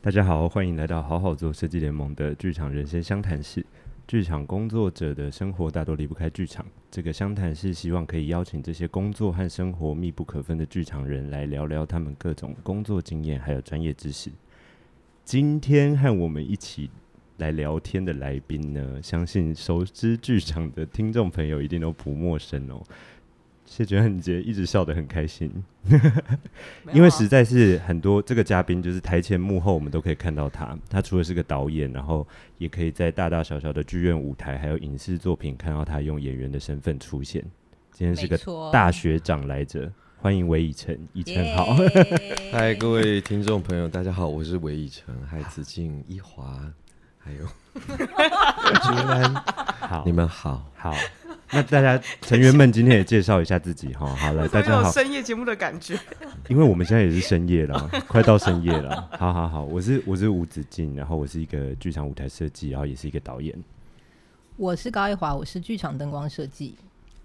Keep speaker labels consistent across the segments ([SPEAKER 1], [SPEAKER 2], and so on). [SPEAKER 1] 大家好，欢迎来到好好做设计联盟的剧场人生相谈室。剧场工作者的生活大多离不开剧场，这个相谈室希望可以邀请这些工作和生活密不可分的剧场人来聊聊他们各种工作经验还有专业知识。今天和我们一起来聊天的来宾呢，相信熟知剧场的听众朋友一定都不陌生哦。谢觉汉杰一直笑得很开心，
[SPEAKER 2] 啊
[SPEAKER 1] 因为实在是很多这个嘉宾，就是台前幕后我们都可以看到他。他除了是个导演，然后也可以在大大小小的剧院舞台还有影视作品看到他用演员的身份出现。今天是个大学长来着，欢迎韦以晨，以晨好。
[SPEAKER 3] 嗨，各位听众朋友，大家好，我是韦以诚，嗨，子敬、一华，还有竹兰，
[SPEAKER 1] 好
[SPEAKER 3] 你，们好。
[SPEAKER 1] 好，那大家成员们今天也介绍一下自己哈。好了，大
[SPEAKER 4] 怎么
[SPEAKER 1] 家
[SPEAKER 4] 有
[SPEAKER 1] 好，
[SPEAKER 4] 深夜节目的感觉？
[SPEAKER 1] 因为我们现在也是深夜了，快到深夜了。好好好，我是我是吴子敬，然后我是一个剧场舞台设计，然后也是一个导演。
[SPEAKER 2] 我是高一华，我是剧场灯光设计。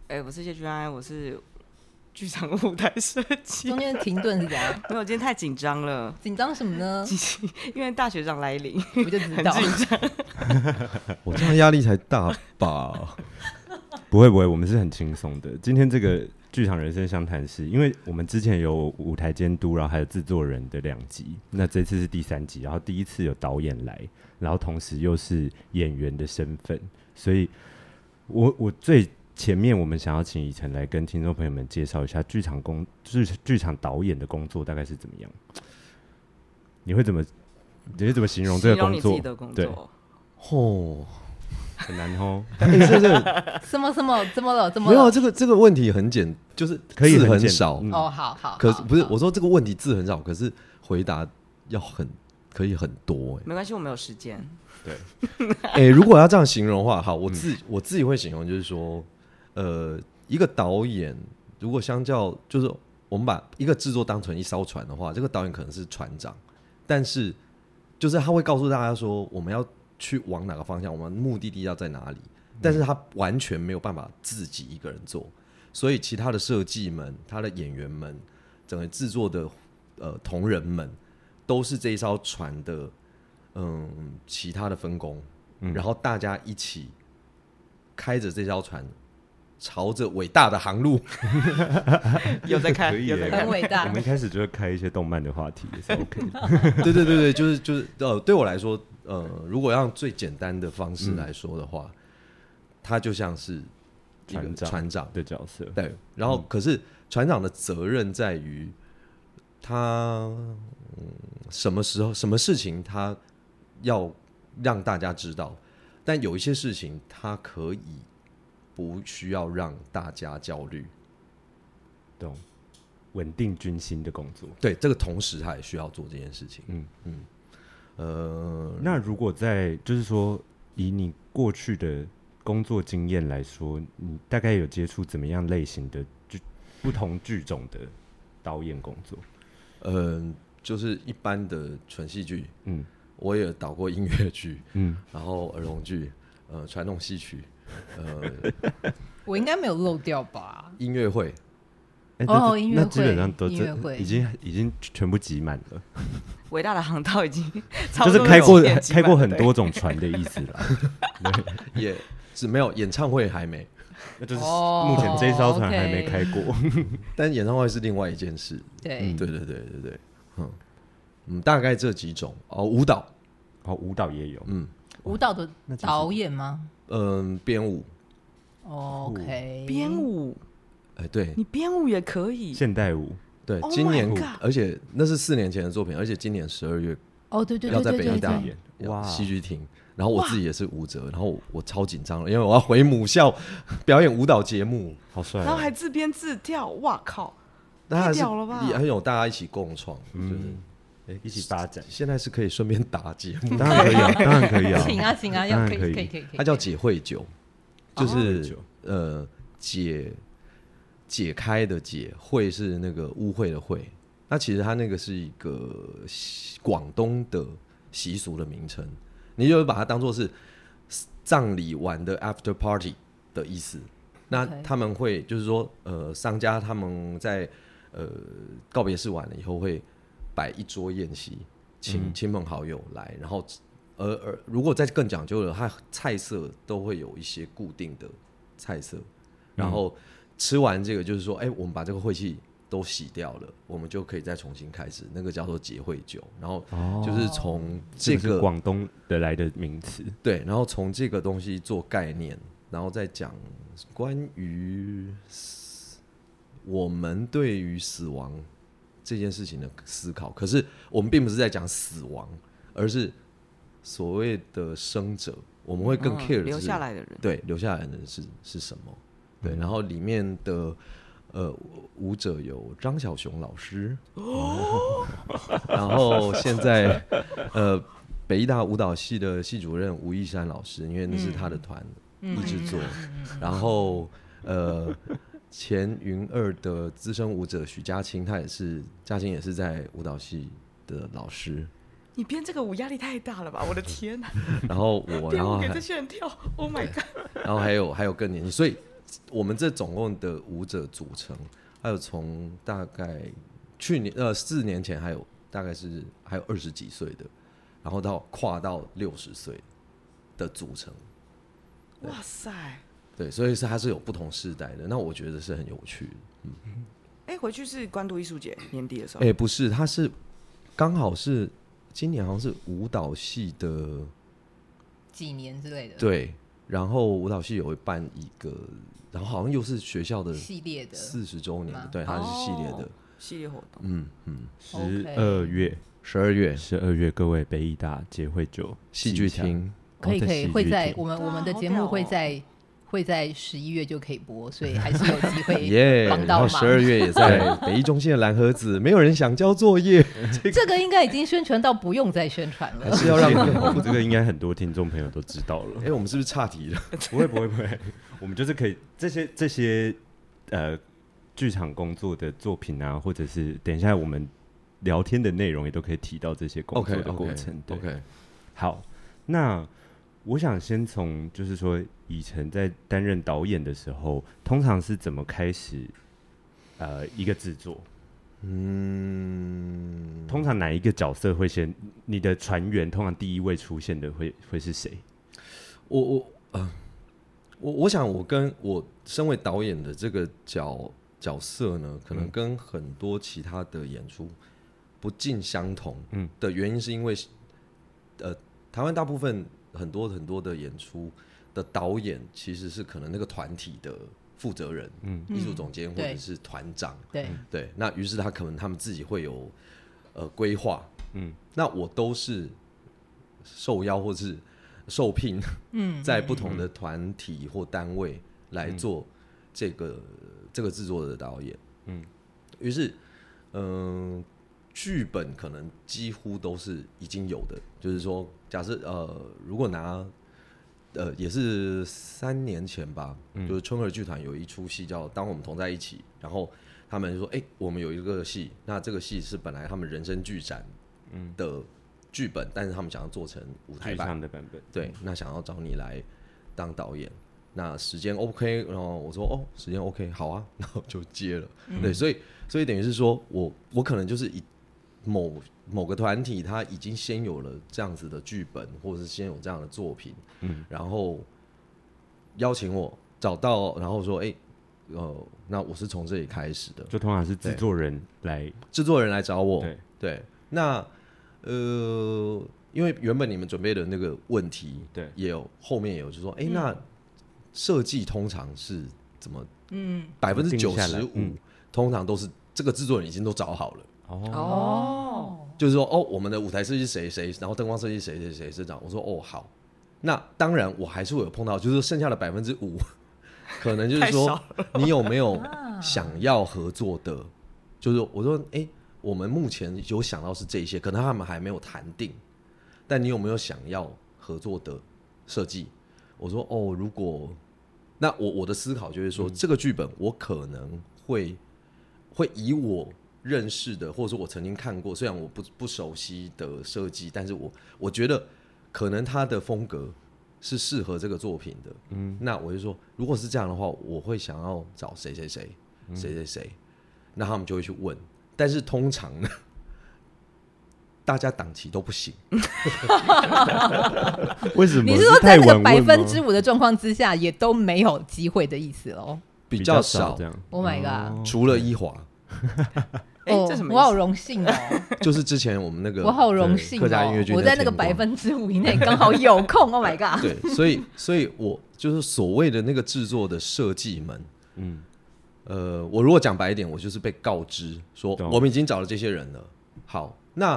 [SPEAKER 4] 哎、我是谢君安，我是剧场舞台设计
[SPEAKER 2] 中。间的停顿是怎样？
[SPEAKER 4] 没有，今天太紧张了，
[SPEAKER 2] 紧张什么 呢？
[SPEAKER 4] 因为大学长来临，
[SPEAKER 2] 我就知道。
[SPEAKER 3] 我这样压力才大 吧？
[SPEAKER 1] 不会不会，我们是很轻松的。今天这个剧场人生相谈是，因为我们之前有舞台监督，然后还有制作人的两集，那这次是第三集，然后第一次有导演来，然后同时又是演员的身份，所以我我最前面我们想要请以晨来跟听众朋友们介绍一下剧场工剧剧场导演的工作大概是怎么样，你会怎么你会怎么形容这个
[SPEAKER 4] 形
[SPEAKER 1] 工
[SPEAKER 4] 你自
[SPEAKER 1] 作
[SPEAKER 4] 己？的工
[SPEAKER 1] 对
[SPEAKER 4] 作。
[SPEAKER 3] 哦，
[SPEAKER 1] 很难 哦，
[SPEAKER 3] 哎，这个
[SPEAKER 2] 什么什么？怎么了？怎么
[SPEAKER 3] 没有
[SPEAKER 2] 了？
[SPEAKER 3] 这个这个问题很简，就是
[SPEAKER 1] 可以
[SPEAKER 3] 字
[SPEAKER 1] 很
[SPEAKER 3] 很
[SPEAKER 1] 简
[SPEAKER 3] 少，
[SPEAKER 1] 嗯
[SPEAKER 2] 哦，好好。
[SPEAKER 3] 可
[SPEAKER 2] 好
[SPEAKER 3] 是不是
[SPEAKER 2] 好
[SPEAKER 3] 我说这个问题字很少，可是回答要很可以很多
[SPEAKER 4] 没关系，我们有时间。
[SPEAKER 1] 对，
[SPEAKER 3] 哎、哎，如果要这样形容的话，好，我自我自己会形容就是说，呃，一个导演如果相较就是我们把一个制作当成一艘船的话，这个导演可能是船长，但是就是他会告诉大家说我们要去往哪个方向，我们目的地要在哪里，但是他完全没有办法自己一个人做，所以其他的设计们、他的演员们、整个制作的呃同仁们，都是这一艘船的嗯其他的分工，然后大家一起开着这艘船。朝着伟大的航路，
[SPEAKER 4] 有在
[SPEAKER 1] 可
[SPEAKER 4] 看，
[SPEAKER 1] 以
[SPEAKER 4] 有在
[SPEAKER 1] 耶
[SPEAKER 4] 看
[SPEAKER 2] 很。伟
[SPEAKER 1] 我
[SPEAKER 2] 大
[SPEAKER 1] 们一。开始就会开一些动漫的话题，也是 OK 的。
[SPEAKER 3] 对对对对，就是就是呃，对我来说，呃，如果用最简单的方式来说的话，他就像是一个
[SPEAKER 1] 船长
[SPEAKER 3] 船长，
[SPEAKER 1] 的角色，
[SPEAKER 3] 对，嗯然后可是船长的责任在于他、嗯、什么时候、什么事情他要让大家知道，但有一些事情他可以不需要让大家焦虑。
[SPEAKER 1] 懂，稳定军心的工作。
[SPEAKER 3] 对，这个同时他也需要做这件事情。
[SPEAKER 1] 嗯
[SPEAKER 3] 嗯嗯，呃，
[SPEAKER 1] 那如果在就是说，以你过去的工作经验来说，你大概有接触怎么样类型的就不同剧种的导演工作？
[SPEAKER 3] 嗯，就是一般的纯戏剧，
[SPEAKER 1] 嗯
[SPEAKER 3] 我也导过音乐剧，
[SPEAKER 1] 嗯，
[SPEAKER 3] 然后儿童剧，呃，传统戏曲，呃，
[SPEAKER 2] 我应该没有漏掉吧？
[SPEAKER 3] 音乐会，
[SPEAKER 1] 哎
[SPEAKER 2] 哦
[SPEAKER 1] 那
[SPEAKER 2] 音乐
[SPEAKER 1] 那
[SPEAKER 2] 会
[SPEAKER 1] 基本上都
[SPEAKER 2] 音
[SPEAKER 1] 这
[SPEAKER 2] 乐会
[SPEAKER 1] 已经已经全部挤满了，
[SPEAKER 4] 伟大的航道 已经差
[SPEAKER 1] 就
[SPEAKER 4] 不
[SPEAKER 1] 是
[SPEAKER 4] 多
[SPEAKER 1] 开过
[SPEAKER 4] 有点挤满
[SPEAKER 1] 开过
[SPEAKER 4] 了
[SPEAKER 1] 很
[SPEAKER 4] 对
[SPEAKER 1] 多种船的意思啦。
[SPEAKER 3] 也只没有演唱会还没，
[SPEAKER 1] 那就是
[SPEAKER 2] 哦
[SPEAKER 1] 目前这艘船还没
[SPEAKER 2] OK
[SPEAKER 1] 开过。
[SPEAKER 3] 但演唱会是另外一件事。嗯
[SPEAKER 2] 对，
[SPEAKER 3] 对对对对对，嗯嗯，大概这几种哦，舞蹈，
[SPEAKER 1] 哦，舞蹈也有，
[SPEAKER 3] 嗯
[SPEAKER 2] 舞蹈的
[SPEAKER 1] 那其实
[SPEAKER 2] 导演吗
[SPEAKER 3] 嗯，编舞，
[SPEAKER 2] ？OK，
[SPEAKER 4] 哦编舞，
[SPEAKER 3] 哎，对
[SPEAKER 4] 你编舞也可以。
[SPEAKER 1] 现代舞
[SPEAKER 3] 对，
[SPEAKER 4] Oh
[SPEAKER 3] 今
[SPEAKER 4] my
[SPEAKER 3] 年
[SPEAKER 4] God
[SPEAKER 3] 而且那是四年前的作品，而且今年十二月
[SPEAKER 2] 哦，对对
[SPEAKER 3] 要
[SPEAKER 2] 对
[SPEAKER 3] 在
[SPEAKER 2] 对
[SPEAKER 3] 北
[SPEAKER 2] 对
[SPEAKER 3] 艺大
[SPEAKER 2] 对，
[SPEAKER 1] 演哇
[SPEAKER 3] 哇，戏剧厅。然后我自己也是舞者，然后我我超紧张了，因为我要回母校表演舞蹈节目，
[SPEAKER 1] 好帅哦，
[SPEAKER 4] 然后还自编自跳，哇靠！
[SPEAKER 3] 那还是
[SPEAKER 4] 太屌了吧
[SPEAKER 3] 也很有大家一起共创，嗯，
[SPEAKER 1] 一起发展，
[SPEAKER 3] 现在是可以顺便打节目，
[SPEAKER 1] 当然可以啊，当然可以啊，
[SPEAKER 2] 请啊请啊，要
[SPEAKER 1] 当然
[SPEAKER 2] 可以
[SPEAKER 1] 可
[SPEAKER 2] 可
[SPEAKER 1] 以
[SPEAKER 2] 以可以可以。 啊
[SPEAKER 3] 它叫解会酒，就
[SPEAKER 1] 会
[SPEAKER 3] 是
[SPEAKER 1] 酒
[SPEAKER 3] 呃解解开的解，会是那个污秽的会。那其实它那个是一个习广东的习俗的名称，你就把它当做是葬礼玩的 after party 的意思。那
[SPEAKER 2] OK
[SPEAKER 3] 他们会就是说，呃，商家他们在呃告别式完了以后会摆一桌宴席，亲亲朋好友来，然后而而如果再更讲究了，它菜色都会有一些固定的菜色，然后吃完这个就是说，哎、我们把这个晦气都洗掉了，我们就可以再重新开始，那个叫做结会酒，然后
[SPEAKER 1] 哦
[SPEAKER 3] 就是从
[SPEAKER 1] 这
[SPEAKER 3] 这
[SPEAKER 1] 个是
[SPEAKER 3] 个
[SPEAKER 1] 广东的来的名词，
[SPEAKER 3] 对，然后从这个东西做概念，然后再讲关于死我们对于死亡这件事情的思考。可是我们并不是在讲死亡，而是所谓的生者，我们会更
[SPEAKER 4] 嗯
[SPEAKER 3] care 的
[SPEAKER 4] 留
[SPEAKER 3] 是
[SPEAKER 4] 下来的人，
[SPEAKER 3] 对留下来的人是是什么？对，然后里面的呃舞者有张小雄老师， 然后现在呃北医大舞蹈系的系主任吴一山老师，因为那是他的团、一直做，然后呃前云二的资深舞者许嘉青，他也是嘉青也是在舞蹈系的老师，
[SPEAKER 4] 你编这个舞压力太大了吧？我的天哪、
[SPEAKER 3] 然后我
[SPEAKER 4] 编
[SPEAKER 3] 然后
[SPEAKER 4] 舞给
[SPEAKER 3] 还
[SPEAKER 4] 这些人跳，Oh my god！
[SPEAKER 3] 然后还有还有更年轻，所以我们这总共的舞者组成，还有从大概去年呃四年前还有大概是还有二十几岁的，然后到跨到六十岁的组成，
[SPEAKER 4] 哇塞！哎、
[SPEAKER 3] 对，所以是它是有不同世代的，那我觉得是很有趣的。
[SPEAKER 4] 哎回去是关渡艺术节年底的时候，
[SPEAKER 3] 哎、不是，它是刚好是今年好像是舞蹈系的
[SPEAKER 2] 几年之类的
[SPEAKER 3] 对，然后舞蹈系有会办一个，然后好像又是学校的
[SPEAKER 2] 系列的，
[SPEAKER 3] 四十周年的
[SPEAKER 2] 吗，
[SPEAKER 3] 对，它是系列的。
[SPEAKER 4] 哦系列活动，
[SPEAKER 3] 嗯嗯，
[SPEAKER 1] 十
[SPEAKER 2] OK
[SPEAKER 1] 二月
[SPEAKER 3] 十二月
[SPEAKER 1] 十二月，各位北艺大结会酒
[SPEAKER 3] 戏剧厅，
[SPEAKER 2] 可
[SPEAKER 1] 哦
[SPEAKER 2] 以可以会在我们
[SPEAKER 4] 哇
[SPEAKER 2] 我们的
[SPEAKER 4] 好
[SPEAKER 2] 节
[SPEAKER 4] 屌
[SPEAKER 2] 目
[SPEAKER 4] 哦
[SPEAKER 2] 会在会在十一月就可以播，所以还是有机会
[SPEAKER 3] 耶！
[SPEAKER 2] 哎帮
[SPEAKER 3] 然
[SPEAKER 2] 到
[SPEAKER 3] 后
[SPEAKER 2] 忙
[SPEAKER 3] 十。二月也 在北一中心的蓝盒子，没有人想交作业，
[SPEAKER 2] 这个应该已经宣传到不用再宣传
[SPEAKER 3] 还
[SPEAKER 2] 了。
[SPEAKER 3] 是要让更
[SPEAKER 1] 我们 这个应该很多听众朋友都知道了
[SPEAKER 3] 哎、。我们是不是岔题了？
[SPEAKER 1] 不会不会不会，我们就是可以这些这些呃剧场工作的作品啊，或者是等一下我们聊天的内容也都可以提到这些工作的过程。对
[SPEAKER 3] OK，
[SPEAKER 1] 好，那我想先从就是说，以晨在担任导演的时候，通常是怎么开始呃一个制作？
[SPEAKER 3] 嗯，
[SPEAKER 1] 通常哪一个角色会先？你的船员通常第一位出现的会会是谁？
[SPEAKER 3] 我我呃我我想我跟我身为导演的这个角角色呢，可能跟很多其他的演出不尽相同。
[SPEAKER 1] 嗯
[SPEAKER 3] 嗯，的原因是因为呃，台湾大部分很多很多的演出的导演其实是可能那个团体的负责人，嗯，艺术总监或者
[SPEAKER 2] 对
[SPEAKER 3] 是团长，
[SPEAKER 2] 对，
[SPEAKER 3] 对，那于是他可能他们自己会有呃规划，
[SPEAKER 1] 嗯，
[SPEAKER 3] 那我都是受邀或是受聘，嗯，在不同的团体或单位来做这个、这个制作的导演，嗯，于是嗯、剧本可能几乎都是已经有的，就是说，假设呃，如果拿呃也是三年前吧，就是春儿剧团有一出戏叫《当我们同在一起》，然后他们就说，哎、我们有一个戏，那这个戏是本来他们人生剧展的剧本，但是他们想要做成舞台
[SPEAKER 1] 剧
[SPEAKER 3] 版，
[SPEAKER 1] 场的版本。
[SPEAKER 3] 对，那想要找你来当导演，那时间 OK，然后我说哦，时间 OK，好啊， 然后就接了。
[SPEAKER 1] 嗯
[SPEAKER 3] 对，所以所以等于是说我我可能就是以某某个团体，他已经先有了这样子的剧本，或者是先有这样的作品，嗯，然后邀请我找到，然后说哎、呃，那我是从这里开始的，
[SPEAKER 1] 就通常是制作人来，
[SPEAKER 3] 制作人来找我，
[SPEAKER 1] 对，
[SPEAKER 3] 对，那呃，因为原本你们准备的那个问题，
[SPEAKER 1] 对
[SPEAKER 3] 也有后面也有，就是说，哎、那设计通常是怎么？嗯，百分之
[SPEAKER 1] 定
[SPEAKER 3] 九
[SPEAKER 1] 下来
[SPEAKER 3] 十五
[SPEAKER 1] 嗯
[SPEAKER 3] 通常都是这个制作人已经都找好了，
[SPEAKER 1] 哦，
[SPEAKER 4] 哦，
[SPEAKER 3] 就是说，哦，我们的舞台设计谁谁，然后灯光设计谁谁谁是这样。我说，哦，好。那当然，我还是会有碰到，就是剩下的百分之五，可能就是
[SPEAKER 4] 太少
[SPEAKER 3] 说，你有没有想要合作的？就是我说，哎、我们目前有想到是这些，可能他们还没有谈定，但你有没有想要合作的设计？我说，哦，如果那我我的思考就是说，这个剧本我可能会会以我认识的，或者说我曾经看过，虽然我不不熟悉的设计，但是我我觉得可能他的风格是适合这个作品的。嗯，那我就说，如果是这样的话，我会想要找谁谁谁谁谁谁，那他们就会去问。但是通常呢， 大家档期都不行。
[SPEAKER 1] 为什么？
[SPEAKER 2] 你是说在
[SPEAKER 1] 太
[SPEAKER 2] 那个
[SPEAKER 1] 晚
[SPEAKER 2] 百
[SPEAKER 1] 问吗
[SPEAKER 2] 分之五的状况之下，也都没有机会的意思哦喽
[SPEAKER 3] 比
[SPEAKER 1] 较
[SPEAKER 3] 较少
[SPEAKER 1] 这，样哦
[SPEAKER 2] ？Oh my god！
[SPEAKER 3] 除了一华，
[SPEAKER 4] 哎、
[SPEAKER 2] 哦
[SPEAKER 4] 这什么
[SPEAKER 2] 我好
[SPEAKER 4] 意思？
[SPEAKER 2] 荣幸 哦，
[SPEAKER 3] 就是之前我们那个，
[SPEAKER 2] 我好荣
[SPEAKER 1] 对
[SPEAKER 2] 幸
[SPEAKER 3] 客家音乐
[SPEAKER 2] 哦，
[SPEAKER 3] 剧
[SPEAKER 2] 我
[SPEAKER 3] 那
[SPEAKER 2] 在那个
[SPEAKER 3] 天
[SPEAKER 2] 百
[SPEAKER 3] 光
[SPEAKER 2] 分之五以内刚好有空。Oh my god！
[SPEAKER 3] 对，所以所以我就是所谓的那个制作的设计们，
[SPEAKER 1] 嗯，
[SPEAKER 3] 呃，我如果讲白一点，我就是被告知说
[SPEAKER 1] 懂
[SPEAKER 3] 我们已经找了这些人了。好，那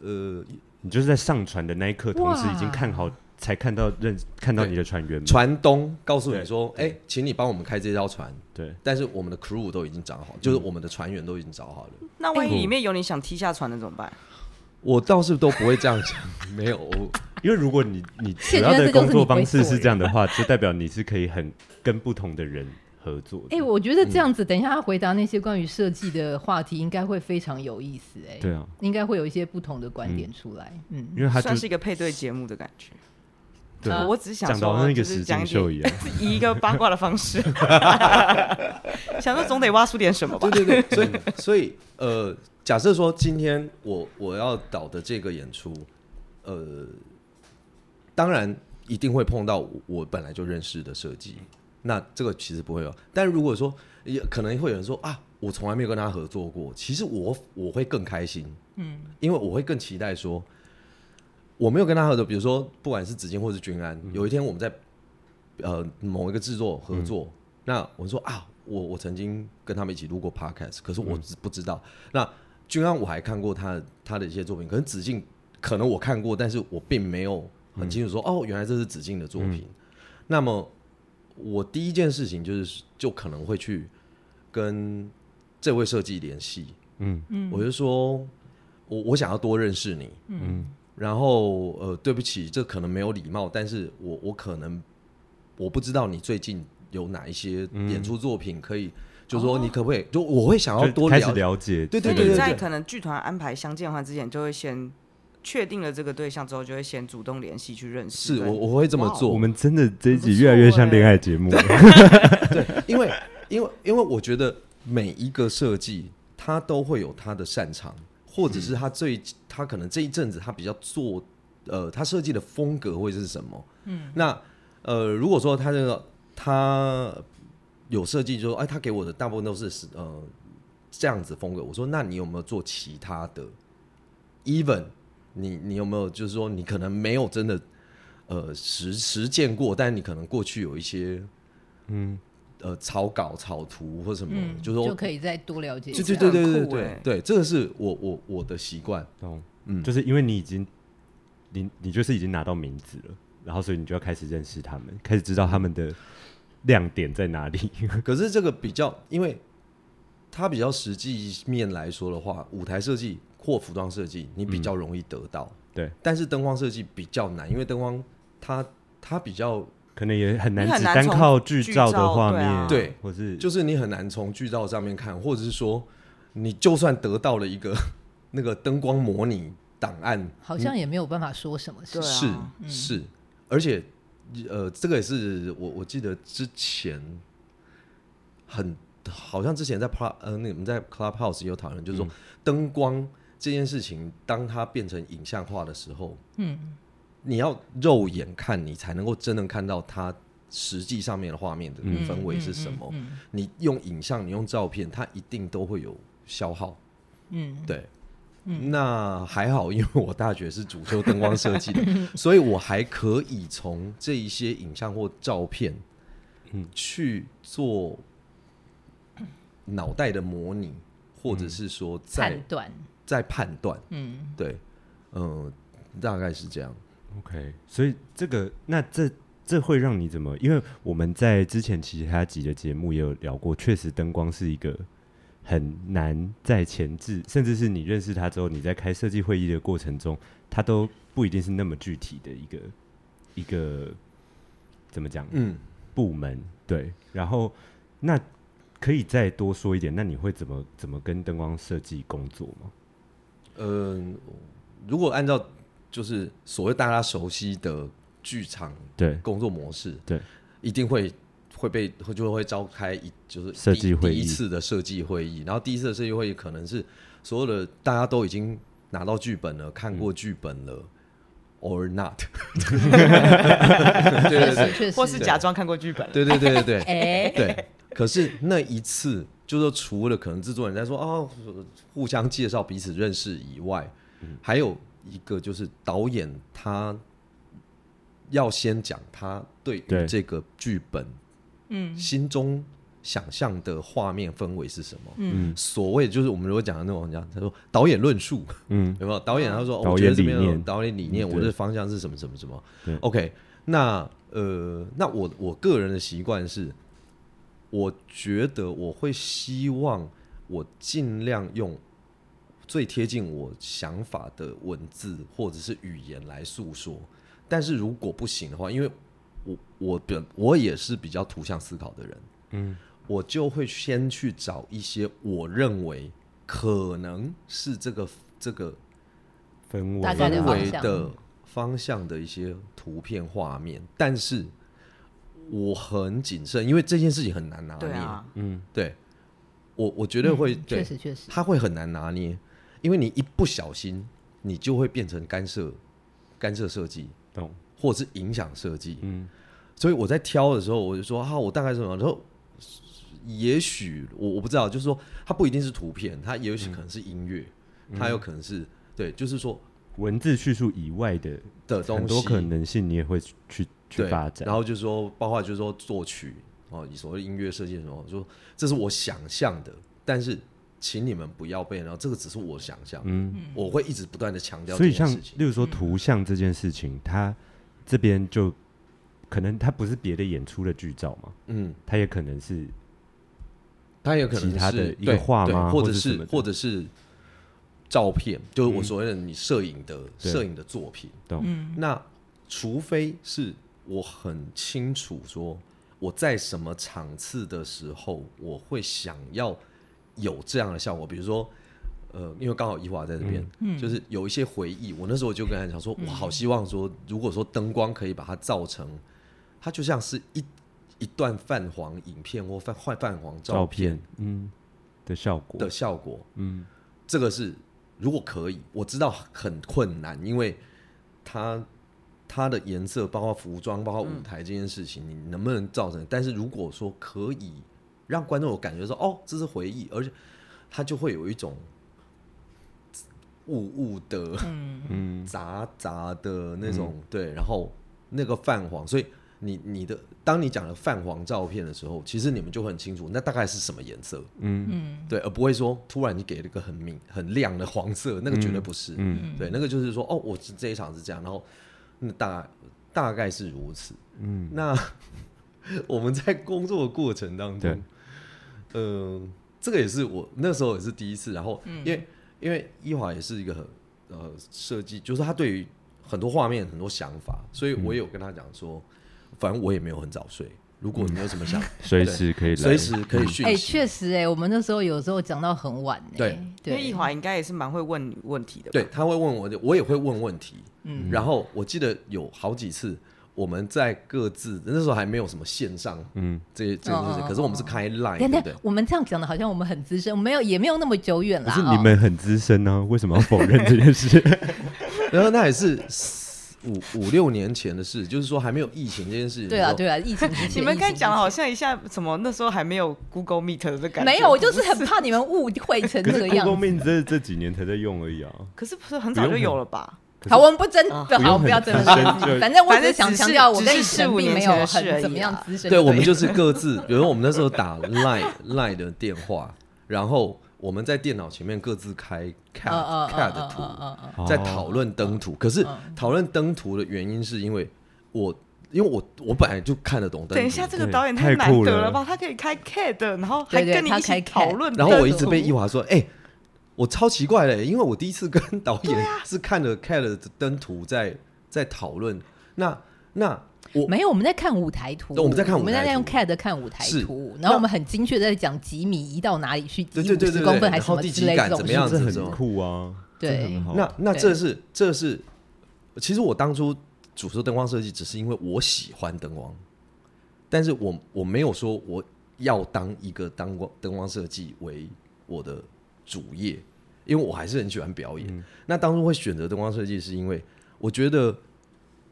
[SPEAKER 3] 呃，
[SPEAKER 1] 你就是在上船的那一刻，同时已经
[SPEAKER 2] 哇
[SPEAKER 1] 看好，才看到认看到你的船员嘛。
[SPEAKER 3] 船东告诉你
[SPEAKER 1] 嗯对
[SPEAKER 3] 说，哎、请你帮我们开这艘船，
[SPEAKER 1] 对，
[SPEAKER 3] 但是我们的 crew 都已经找好，就是
[SPEAKER 1] 嗯
[SPEAKER 3] 我们的船员都已经找好了。
[SPEAKER 4] 那万一里面有你想踢下船的怎么办？
[SPEAKER 3] 我倒是都不会这样讲， 没有，我
[SPEAKER 1] 因为如果你你主
[SPEAKER 2] 现
[SPEAKER 1] 要
[SPEAKER 2] 在
[SPEAKER 1] 的
[SPEAKER 2] 这就是
[SPEAKER 1] 工作
[SPEAKER 2] 你不会
[SPEAKER 1] 方式
[SPEAKER 2] 做
[SPEAKER 1] 是这样的话， 就代表你是可以很跟不同的人合作的。
[SPEAKER 2] 哎、我觉得这样子，等一下他回答那些关于设计的话题，应该会非常有意思、哎，
[SPEAKER 1] 对啊，
[SPEAKER 2] 应该会有一些不同的观点出来。嗯，
[SPEAKER 3] 哦
[SPEAKER 1] 因为他就
[SPEAKER 4] 算是一个配对节目的感觉。哦
[SPEAKER 1] 对啊
[SPEAKER 4] 我只是想
[SPEAKER 1] 讲
[SPEAKER 4] 说，
[SPEAKER 1] 到那个
[SPEAKER 4] 就
[SPEAKER 1] 实
[SPEAKER 4] 是讲
[SPEAKER 1] 境
[SPEAKER 4] 一
[SPEAKER 1] 秀一
[SPEAKER 4] 点，
[SPEAKER 1] 样，
[SPEAKER 4] 以一个八卦的方式，想说总得挖出点什么吧。
[SPEAKER 3] 对对对，所以所以呃，假设说今天我我要导的这个演出，呃，当然一定会碰到我我本来就认识的设计，那这个其实不会有。但如果说也可能会有人说啊，我从来没有跟他合作过，其实我我会更开心，嗯，因为我会更期待说。我没有跟他合作，比如说不管是紫金或是君安，有一天我们在呃某一个制作合作，那我说啊，我我曾经跟他们一起录过 podcast，可是我知不知道。那君安我还看过他他的一些作品，可是子敬可能我看过，但是我并没有很清楚说、
[SPEAKER 1] 嗯
[SPEAKER 3] 哦，原来这是子敬的作品。那么我第一件事情就是就可能会去跟这位设计联系，
[SPEAKER 1] 嗯
[SPEAKER 3] 嗯，我就说我我想要多认识你，嗯。然后，呃，对不起，这可能没有礼貌，但是我我可能我不知道你最近有哪一些
[SPEAKER 1] 嗯
[SPEAKER 3] 演出作品可以，就说你可不可以，就我会想要
[SPEAKER 1] 就
[SPEAKER 3] 多
[SPEAKER 1] 开始
[SPEAKER 3] 了解，
[SPEAKER 1] 了解这
[SPEAKER 3] 对
[SPEAKER 1] 个人。
[SPEAKER 3] 对
[SPEAKER 4] 所以你
[SPEAKER 3] 对
[SPEAKER 4] 在可能剧团安排相见欢之前，就会先确定了这个对象之后，就会先主动联系去认识
[SPEAKER 3] 是
[SPEAKER 4] 跟。
[SPEAKER 3] 我我会这么
[SPEAKER 4] 哇哦
[SPEAKER 3] 做
[SPEAKER 1] 我，们真的这一集越来越像恋爱节目，
[SPEAKER 3] 欸因为 因为因为我觉得每一个设计他都会有他的擅长，或者是他最他可能这一阵子他比较做，呃，他设计的风格会是什么？嗯，那呃，如果说他这个他有设计，就说哎，他给我的大部分都是呃这样子风格。我说那你有没有做其他的？even 你你有没有就是说你可能没有真的呃实实践过，但你可能过去有一些嗯呃草稿、草图或什么，
[SPEAKER 2] 嗯，
[SPEAKER 3] 就说
[SPEAKER 2] 可以再多了解一
[SPEAKER 3] 对
[SPEAKER 2] 下。
[SPEAKER 3] 对对对
[SPEAKER 4] 很
[SPEAKER 3] 对
[SPEAKER 4] 酷
[SPEAKER 3] 对
[SPEAKER 4] 欸
[SPEAKER 3] 对，这个是我我我的习惯。
[SPEAKER 1] 懂？
[SPEAKER 3] 嗯
[SPEAKER 1] 就是因为你已经，你你就是已经拿到名字了，然后所以你就要开始认识他们，开始知道他们的亮点在哪里。
[SPEAKER 3] 可是这个比较，因为它比较实际面来说的话，舞台设计或服装设计你比较容易得到，
[SPEAKER 1] 对，
[SPEAKER 3] 但是灯光设计比较难，因为灯光它它比较
[SPEAKER 1] 可能也很难，
[SPEAKER 4] 你很
[SPEAKER 1] 只
[SPEAKER 4] 难
[SPEAKER 1] 单
[SPEAKER 4] 从
[SPEAKER 1] 靠剧
[SPEAKER 4] 剧
[SPEAKER 1] 照的
[SPEAKER 4] 照
[SPEAKER 1] 画
[SPEAKER 4] 对啊
[SPEAKER 1] 面，
[SPEAKER 3] 对
[SPEAKER 1] 或是
[SPEAKER 3] 就是你很难从剧照上面看，或者是说你就算得到了一个 那个灯光模拟档案，
[SPEAKER 2] 好像也没有办法说什么
[SPEAKER 4] 对
[SPEAKER 2] 事。
[SPEAKER 4] 啊
[SPEAKER 3] 是、是，而且呃，这个也是我我记得之前很好像之前在 Pl 呃，那我们在 Clubhouse 也有讨论，就是说灯、光这件事情，当它变成影像化的时候，嗯，你要肉眼看，你才能够真的看到它实际上面的画面的氛围是什么。
[SPEAKER 4] 嗯
[SPEAKER 3] 你用影像，你用照片，它一定都会有消耗。
[SPEAKER 2] 嗯，
[SPEAKER 3] 对，那还好，因为我大学是主修灯光设计的， 所以我还可以从这一些影像或照片，去做脑袋的模拟，或者是说在、
[SPEAKER 2] 判断，
[SPEAKER 3] 在判断，
[SPEAKER 2] 嗯，
[SPEAKER 3] 对，嗯、大概是这样。
[SPEAKER 1] OK，所以这个那这这会让你怎么？因为我们在之前其他几的节目也有聊过，确实灯光是一个很难在前置，甚至是你认识他之后，你在开设计会议的过程中，它都不一定是那么具体的一个一个怎么讲
[SPEAKER 3] 嗯，
[SPEAKER 1] 部门对。然后那可以再多说一点，那你会怎么怎么跟灯光设计工作吗？
[SPEAKER 3] 呃，如果按照就是所谓大家熟悉的剧场
[SPEAKER 1] 对，
[SPEAKER 3] 工作模式，
[SPEAKER 1] 对，
[SPEAKER 3] 一定会会被会就会召开一就是
[SPEAKER 1] 设计
[SPEAKER 3] 第
[SPEAKER 1] 会议
[SPEAKER 3] 第一次的设计会议，然后第一次的设计会议可能是所有的大家都已经拿到剧本了，看
[SPEAKER 1] 嗯
[SPEAKER 3] 过剧本了、o r not，对
[SPEAKER 2] 确
[SPEAKER 3] 对对
[SPEAKER 2] 实确实，
[SPEAKER 4] 或是假装看过剧本。
[SPEAKER 3] 对对对对 对，
[SPEAKER 2] 哎，
[SPEAKER 3] 对，可是那一次，就是说除了可能制作人在说哦，互相介绍彼此认识以外，
[SPEAKER 1] 嗯
[SPEAKER 3] 还有一个就是导演他要先讲他对于
[SPEAKER 1] 对
[SPEAKER 3] 这个剧本，嗯，心中想象的画面氛围是什么？嗯，所谓就是我们如果讲的那种，讲他说导演论述，
[SPEAKER 1] 嗯，
[SPEAKER 3] 有没有导演他说、哦
[SPEAKER 1] 导
[SPEAKER 3] 我觉
[SPEAKER 1] 演
[SPEAKER 3] 得这
[SPEAKER 1] 理
[SPEAKER 3] 边有
[SPEAKER 1] 念
[SPEAKER 3] 导演理念，
[SPEAKER 1] 嗯
[SPEAKER 3] 我
[SPEAKER 1] 对
[SPEAKER 3] 的方向是什么什么什么
[SPEAKER 1] 对
[SPEAKER 3] ？OK，那呃，那我我个人的习惯是，我觉得我会希望我尽量用最贴近我想法的文字或者是语言来诉说，但是如果不行的话，因为我我本我也是比较图像思考的人，嗯，我就会先去找一些我认为可能是这个这个
[SPEAKER 1] 氛围
[SPEAKER 2] 大概的
[SPEAKER 3] 氛
[SPEAKER 2] 方
[SPEAKER 3] 围
[SPEAKER 2] 向
[SPEAKER 3] 的方向的一些图片画面，但是我很谨慎，因为这件事情很难拿
[SPEAKER 4] 对
[SPEAKER 3] 捏。
[SPEAKER 4] 啊，
[SPEAKER 1] 嗯，
[SPEAKER 3] 对我我绝对会，
[SPEAKER 2] 嗯
[SPEAKER 3] 对
[SPEAKER 2] 确实确实，
[SPEAKER 3] 它会很难拿捏，因为你一不小心，你就会变成干涉、干涉设计，
[SPEAKER 1] 懂，
[SPEAKER 3] 或者是影响设计。
[SPEAKER 1] 嗯，
[SPEAKER 3] 所以我在挑的时候，我就说啊，我大概是什么，然后也许我我不知道，就是说它不一定是图片，它也
[SPEAKER 1] 嗯
[SPEAKER 3] 许可能是音乐，它有可能是对，就是说
[SPEAKER 1] 文字叙述以外的
[SPEAKER 3] 的东西，
[SPEAKER 1] 很多可能性，你也会去去去
[SPEAKER 3] 对，
[SPEAKER 1] 发展。
[SPEAKER 3] 然后就是说，包括就是说作曲哦，你所谓音乐设计什么，就说这是我想象的，但是请你们不要被，然后这个只是我想象，
[SPEAKER 1] 嗯，
[SPEAKER 3] 我会一直不断的强调
[SPEAKER 1] 所
[SPEAKER 3] 这
[SPEAKER 1] 以
[SPEAKER 3] 件
[SPEAKER 1] 像
[SPEAKER 3] 事情。
[SPEAKER 1] 例如说图像这件事情，它这边就可能它不是别的演出的剧照嘛，
[SPEAKER 3] 嗯，
[SPEAKER 1] 它也可能是
[SPEAKER 3] 它也可能
[SPEAKER 1] 其他的
[SPEAKER 3] 是
[SPEAKER 1] 一个
[SPEAKER 3] 对
[SPEAKER 1] 画
[SPEAKER 3] 对
[SPEAKER 1] 吗
[SPEAKER 3] 或
[SPEAKER 1] 或
[SPEAKER 3] 者
[SPEAKER 1] 者什
[SPEAKER 3] 是
[SPEAKER 1] 么的
[SPEAKER 3] 或者是照片，就是我所谓的你摄影的
[SPEAKER 1] 嗯对
[SPEAKER 3] 摄影的作品。
[SPEAKER 1] 懂
[SPEAKER 3] 那除非是我很清楚说我在什么场次的时候，我会想要有这样的效果，比如说。呃，因为刚好怡华在这边，就是有一些回忆。我那时候就跟他讲说，我好希望说，如果说灯光可以把它造成，它就像是一一段泛黄影片或泛泛泛黄
[SPEAKER 1] 照
[SPEAKER 3] 照片
[SPEAKER 1] 片，嗯的效果
[SPEAKER 3] 的，效果，
[SPEAKER 1] 嗯，
[SPEAKER 3] 这个是如果可以，我知道很困难，因为它它的颜色，包括服装，包括舞台这件事情，你能不能造成？但是如果说可以让观众有感觉说，哦，这是回忆，而且他就会有一种雾雾的、
[SPEAKER 1] 嗯
[SPEAKER 3] 杂杂的那种，对，然后那个泛黄，所以。你你的，当你讲了泛黄照片的时候，其实你们就很清楚，那大概是什么颜色？
[SPEAKER 1] 嗯
[SPEAKER 2] 嗯，
[SPEAKER 3] 对，而不会说突然你给了一个很明很亮的黄色，那个绝对不是。
[SPEAKER 1] 嗯，
[SPEAKER 3] 对，那个就是说，哦，我这这一场是这样，然后那大大概是如此。嗯，那 我们在工作的过程当中，嗯、这个也是我那时候也是第一次，然后因为、因为一华也是一个很呃设计，就是他对于很多画面很多想法，所以
[SPEAKER 1] 嗯
[SPEAKER 3] 我也有跟他讲说，反正我也没有很早睡，如果你有什么想，
[SPEAKER 1] 随时可以来，
[SPEAKER 3] 随时可以
[SPEAKER 1] 嗯
[SPEAKER 3] 讯
[SPEAKER 2] 哎，
[SPEAKER 3] 息。
[SPEAKER 2] 确实哎，我们那时候有时候讲到很晚哎，
[SPEAKER 3] 对
[SPEAKER 4] 因为
[SPEAKER 2] 对
[SPEAKER 4] 易，华应该也是蛮会问你问题的吧。
[SPEAKER 3] 对，他会问我，我也会问问题。
[SPEAKER 2] 嗯
[SPEAKER 3] 然后我记得有好几次我们在各自那时候还没有什么线上
[SPEAKER 1] 嗯
[SPEAKER 3] 这些这些东
[SPEAKER 2] 哦哦
[SPEAKER 3] 西，
[SPEAKER 2] 哦
[SPEAKER 3] 可是我们是开 Line，对
[SPEAKER 2] 等
[SPEAKER 3] 不
[SPEAKER 2] 等
[SPEAKER 3] 对？，
[SPEAKER 2] 我们这样讲的好像我们很资深，我没有也没有那么久远
[SPEAKER 1] 可
[SPEAKER 2] 啦。
[SPEAKER 1] 是
[SPEAKER 2] 哦
[SPEAKER 1] 你们很资深呢，为什么要否认这件 事？
[SPEAKER 3] 然后那也是四五五六年前的事，就是说还没有疫情这件事情的
[SPEAKER 2] 对
[SPEAKER 3] 时候。
[SPEAKER 2] 啊对啊，疫情之前
[SPEAKER 4] 你们刚才讲的好
[SPEAKER 2] 疫
[SPEAKER 4] 像一下什么那时候还没有 Google Meet 的
[SPEAKER 2] 情
[SPEAKER 4] 感觉，
[SPEAKER 2] 之前没有，我就是很怕你们误会成
[SPEAKER 1] 可
[SPEAKER 2] 这个
[SPEAKER 1] 是 Google
[SPEAKER 2] 样
[SPEAKER 1] m
[SPEAKER 2] 子。
[SPEAKER 1] e 这这几年才在用而已啊，
[SPEAKER 4] 可是不是很早就有了吧？
[SPEAKER 1] 可是
[SPEAKER 2] 好，我们不争
[SPEAKER 4] 啊，
[SPEAKER 2] 对
[SPEAKER 1] 不
[SPEAKER 2] 好，
[SPEAKER 1] 用
[SPEAKER 2] 不要
[SPEAKER 1] 很
[SPEAKER 2] 争了
[SPEAKER 1] 资深就。
[SPEAKER 2] 反正我
[SPEAKER 4] 反
[SPEAKER 2] 只是
[SPEAKER 4] 正
[SPEAKER 2] 想
[SPEAKER 4] 只
[SPEAKER 2] 强
[SPEAKER 4] 是
[SPEAKER 2] 调，我
[SPEAKER 4] 只
[SPEAKER 2] 跟
[SPEAKER 4] 是
[SPEAKER 2] 以
[SPEAKER 4] 四
[SPEAKER 2] 前
[SPEAKER 4] 五
[SPEAKER 2] 并
[SPEAKER 4] 年
[SPEAKER 2] 没
[SPEAKER 4] 前
[SPEAKER 2] 有
[SPEAKER 4] 的事而
[SPEAKER 2] 很
[SPEAKER 4] 已
[SPEAKER 2] 怎么样
[SPEAKER 4] 啊
[SPEAKER 2] 资深。
[SPEAKER 3] 对，我们就是各自， 比如说我们那时候打 Line Line 的电话，然后我们在电脑前面各自开 Cat
[SPEAKER 2] 呃
[SPEAKER 3] Cat 的图，
[SPEAKER 2] 嗯
[SPEAKER 1] 哦
[SPEAKER 3] 在讨论登
[SPEAKER 4] 嗯
[SPEAKER 3] 图。可是讨论登图的原因是因为我，因为我我本来就看得懂登图。
[SPEAKER 4] 等一下，这个
[SPEAKER 1] 对
[SPEAKER 4] 导演
[SPEAKER 1] 太
[SPEAKER 4] 太难
[SPEAKER 1] 酷
[SPEAKER 4] 得
[SPEAKER 1] 了
[SPEAKER 4] 了吧？他可以开 CAD，然后还
[SPEAKER 2] 对对
[SPEAKER 4] 跟你
[SPEAKER 2] 他
[SPEAKER 4] 一起
[SPEAKER 2] 开
[SPEAKER 4] 讨
[SPEAKER 2] CAD
[SPEAKER 4] 论各
[SPEAKER 3] 然
[SPEAKER 4] 种。
[SPEAKER 3] 后我一直被易华说，哎、我超奇怪嘞，因为我第一次跟导演
[SPEAKER 4] 啊
[SPEAKER 3] 是看了 CAD 的灯图在在讨论，那那我
[SPEAKER 2] 没有，我们在看舞台图，
[SPEAKER 3] 对我们在看舞台
[SPEAKER 2] 我
[SPEAKER 3] 图
[SPEAKER 2] 们在用 CAD 看舞台
[SPEAKER 3] 是
[SPEAKER 2] 图，然后我们很精确地在讲几米移到哪里去，
[SPEAKER 3] 对
[SPEAKER 2] 几
[SPEAKER 3] 对对
[SPEAKER 2] 五十
[SPEAKER 3] 对
[SPEAKER 2] 公分
[SPEAKER 3] 对
[SPEAKER 2] 还是什
[SPEAKER 3] 然
[SPEAKER 2] 么
[SPEAKER 3] 后第
[SPEAKER 2] 之
[SPEAKER 3] 几
[SPEAKER 2] 类
[SPEAKER 3] 感
[SPEAKER 2] 这种
[SPEAKER 3] 怎么
[SPEAKER 2] 事
[SPEAKER 3] 样
[SPEAKER 1] 这
[SPEAKER 3] 子
[SPEAKER 1] 很酷啊，
[SPEAKER 2] 对
[SPEAKER 1] 这很好
[SPEAKER 3] 嗯那那
[SPEAKER 2] 对
[SPEAKER 3] 这是这是，其实我当初主修灯光设计，只是因为我喜欢灯光，但是我我没有说我要当一个灯光灯光设计为我的主业，因为我还是很喜欢表演。那当初会选择灯光设计，是因为我觉得，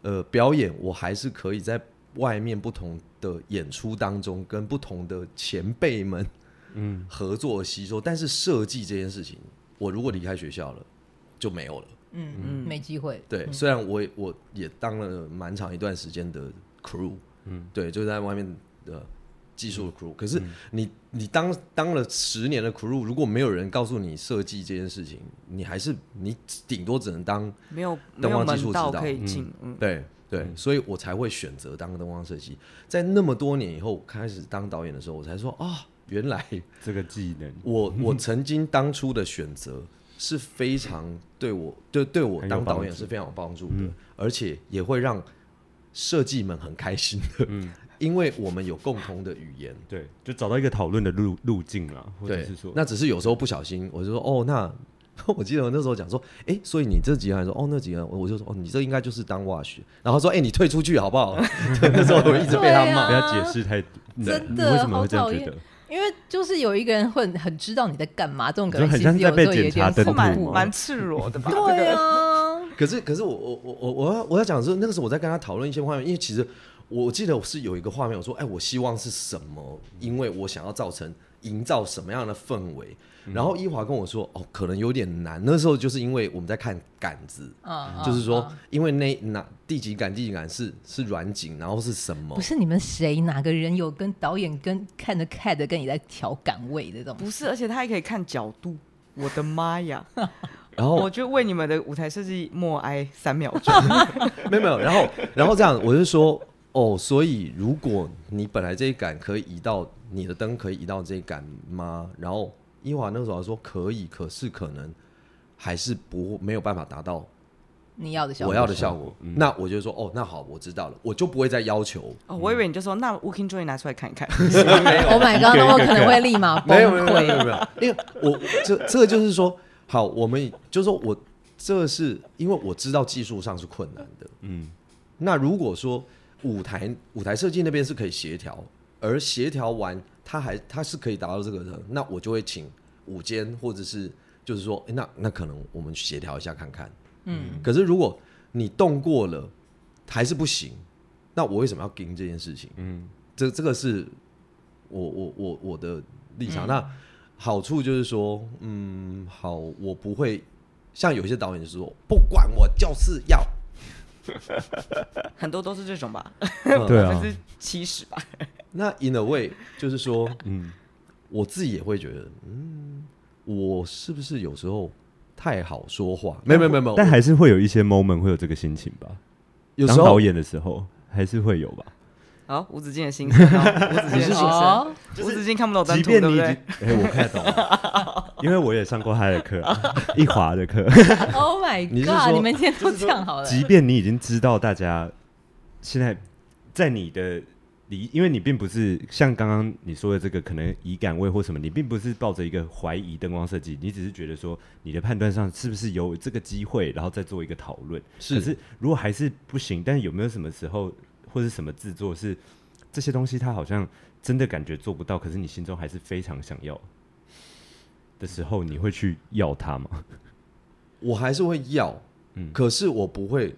[SPEAKER 3] 呃，表演我还是可以在外面不同的演出当中跟不同的前辈们，嗯，合作吸收。但是设计这件事情，我如果离开学校了，就没有了。
[SPEAKER 2] 嗯，没机会。
[SPEAKER 3] 对，虽然我也我也当了蛮长一段时间的 crew，嗯，对，就在外面的技术的 crew，、可是你你当当了十年的 crew，如果没有人告诉你设计这件事情，你还是你顶多只能当
[SPEAKER 4] 没有没
[SPEAKER 3] 灯
[SPEAKER 4] 有
[SPEAKER 3] 光技术指
[SPEAKER 4] 门道
[SPEAKER 3] 导
[SPEAKER 4] 可以进，嗯，
[SPEAKER 3] 对对，所以我才会选择当灯光设计。在那么多年以后开始当导演的时候，我才说啊、原来
[SPEAKER 1] 这个技能
[SPEAKER 3] 我我曾经当初的选择是非常对我对对我
[SPEAKER 1] 很有
[SPEAKER 3] 当导
[SPEAKER 1] 帮
[SPEAKER 3] 演
[SPEAKER 1] 助嗯
[SPEAKER 3] 是非常有帮助的，而且也会让设计们很开心的，
[SPEAKER 1] 嗯
[SPEAKER 3] 因为我们有共同的语言。
[SPEAKER 1] 对，就找到一个讨论的路路径啦，或者
[SPEAKER 3] 对
[SPEAKER 1] 是说，
[SPEAKER 3] 那只是有时候不小心，我就说哦，那 我记得我那时候讲说，哎、所以你这几个人说哦，那几个人，我就说哦，你这应该就是当 wash，然后说哎、诶你退出去好不好？ 对，那时候我一直被他骂。
[SPEAKER 1] 不要解释太，你
[SPEAKER 2] 真
[SPEAKER 1] 你
[SPEAKER 2] 的
[SPEAKER 1] 为什么会这样
[SPEAKER 2] 好讨
[SPEAKER 1] 觉
[SPEAKER 2] 厌
[SPEAKER 1] 得？
[SPEAKER 2] 因为就是有一个人会很知道你在干嘛，这种感觉
[SPEAKER 1] 你说
[SPEAKER 2] 其
[SPEAKER 1] 很像
[SPEAKER 2] 实
[SPEAKER 1] 是在
[SPEAKER 2] 有
[SPEAKER 1] 被
[SPEAKER 2] 时候也有
[SPEAKER 1] 检查
[SPEAKER 2] 点
[SPEAKER 1] 灯
[SPEAKER 2] 恐
[SPEAKER 4] 是蛮
[SPEAKER 1] 泡
[SPEAKER 3] 啊
[SPEAKER 2] 怖。
[SPEAKER 4] 蛮赤裸的吧？这
[SPEAKER 2] 对
[SPEAKER 4] 个
[SPEAKER 2] 啊，
[SPEAKER 3] 可是可是我我我我我要我要讲的是那个时候我在跟他讨论一些画面，因为其实我记得我是有一个画面，我说哎、我希望是什么？因为我想要造成营造什么样的氛围。然后一华跟我说哦，可能有点难。那时候就是因为我们在看杆子，
[SPEAKER 2] 嗯
[SPEAKER 3] 就是说
[SPEAKER 2] 嗯
[SPEAKER 3] 因为那哪第几杆第几杆是是软景，然后是什
[SPEAKER 2] 啊
[SPEAKER 3] 么
[SPEAKER 2] 不？是你们谁哪个人有跟导演跟看着看着跟你在调岗位的这种，
[SPEAKER 4] 不是，而且他还可以看角度。我的妈呀！
[SPEAKER 3] 然后
[SPEAKER 4] 我就为你们的舞台设计默哀三秒钟。
[SPEAKER 2] 哦
[SPEAKER 3] 没有没有，然后然后这样，我就说哦，所以如果你本来这一杆可以移到你的灯可以移到这一杆吗？然后伊华那时候说可以，可是可能还是不没有办法达到
[SPEAKER 2] 你要的效果？
[SPEAKER 3] 我要的效果。那我就说哦，那好，我知道了，我就不会再要求。
[SPEAKER 4] 哦，我以为你就说那 Walking Joy 拿出来看 一看。
[SPEAKER 2] Oh my
[SPEAKER 1] 一
[SPEAKER 2] god！
[SPEAKER 1] 个
[SPEAKER 2] 那
[SPEAKER 1] 一个
[SPEAKER 2] 我可能会立马崩
[SPEAKER 3] 没有没有没有没
[SPEAKER 2] 溃。
[SPEAKER 3] 有没有， 因为我这这个就是说，好，我们就是说我这是因为我知道技术上是困难的，嗯，那如果说舞台舞台设计那边是可以协调，而协调完他还他是可以达到这个的，那我就会请舞间或者是就是说，诶那那可能我们协调一下看看，
[SPEAKER 2] 嗯，
[SPEAKER 3] 可是如果你动过了还是不行，那我为什么要盯这件事情？嗯，这这个是我我我我的立
[SPEAKER 1] 嗯
[SPEAKER 3] 场。那好处就是说，嗯，好，我不会像有些导演就是说，不管我就是要，
[SPEAKER 4] 很多都是这种吧，
[SPEAKER 3] 嗯
[SPEAKER 1] 对
[SPEAKER 4] 百
[SPEAKER 1] 啊
[SPEAKER 4] 分，之七十
[SPEAKER 2] 哦
[SPEAKER 4] 吧。
[SPEAKER 3] 那 in a way 就是说，
[SPEAKER 1] 嗯，
[SPEAKER 3] 我自己也会觉得，嗯，我是不是有时候太好说话？没有没有没有没有，
[SPEAKER 1] 但还是会有一些 moment 会有这个心情吧。
[SPEAKER 3] 有
[SPEAKER 1] 当
[SPEAKER 3] 时候
[SPEAKER 1] 导演的时候还是会有吧。
[SPEAKER 4] 好，无止境 的心声哦，无止境的心声，
[SPEAKER 2] 哦，
[SPEAKER 4] 无止境看不懂
[SPEAKER 1] 即
[SPEAKER 4] 单
[SPEAKER 1] 便
[SPEAKER 4] 对
[SPEAKER 1] 你
[SPEAKER 4] 不
[SPEAKER 1] 已经，
[SPEAKER 4] 对
[SPEAKER 1] 哎？、我看得懂了， 因为我也上过他的课啊，一华的课。
[SPEAKER 2] Oh my
[SPEAKER 3] 你是说
[SPEAKER 2] god！你们今天都这样好了，
[SPEAKER 1] 即便你已经知道大家现在在你的理，因为你并不是像刚刚你说的这个可能以感位或什么，你并不是抱着一个怀疑灯光设计，你只是觉得说你的判断上是不是有这个机会，然后再做一个讨论。可是如果还是不行，但有没有什么时候或是什么制作是这些东西它好像真的感觉做不到，可是你心中还是非常想要的时候，你会去要它吗？
[SPEAKER 3] 我还是会要，
[SPEAKER 1] 嗯
[SPEAKER 3] 可是我不会，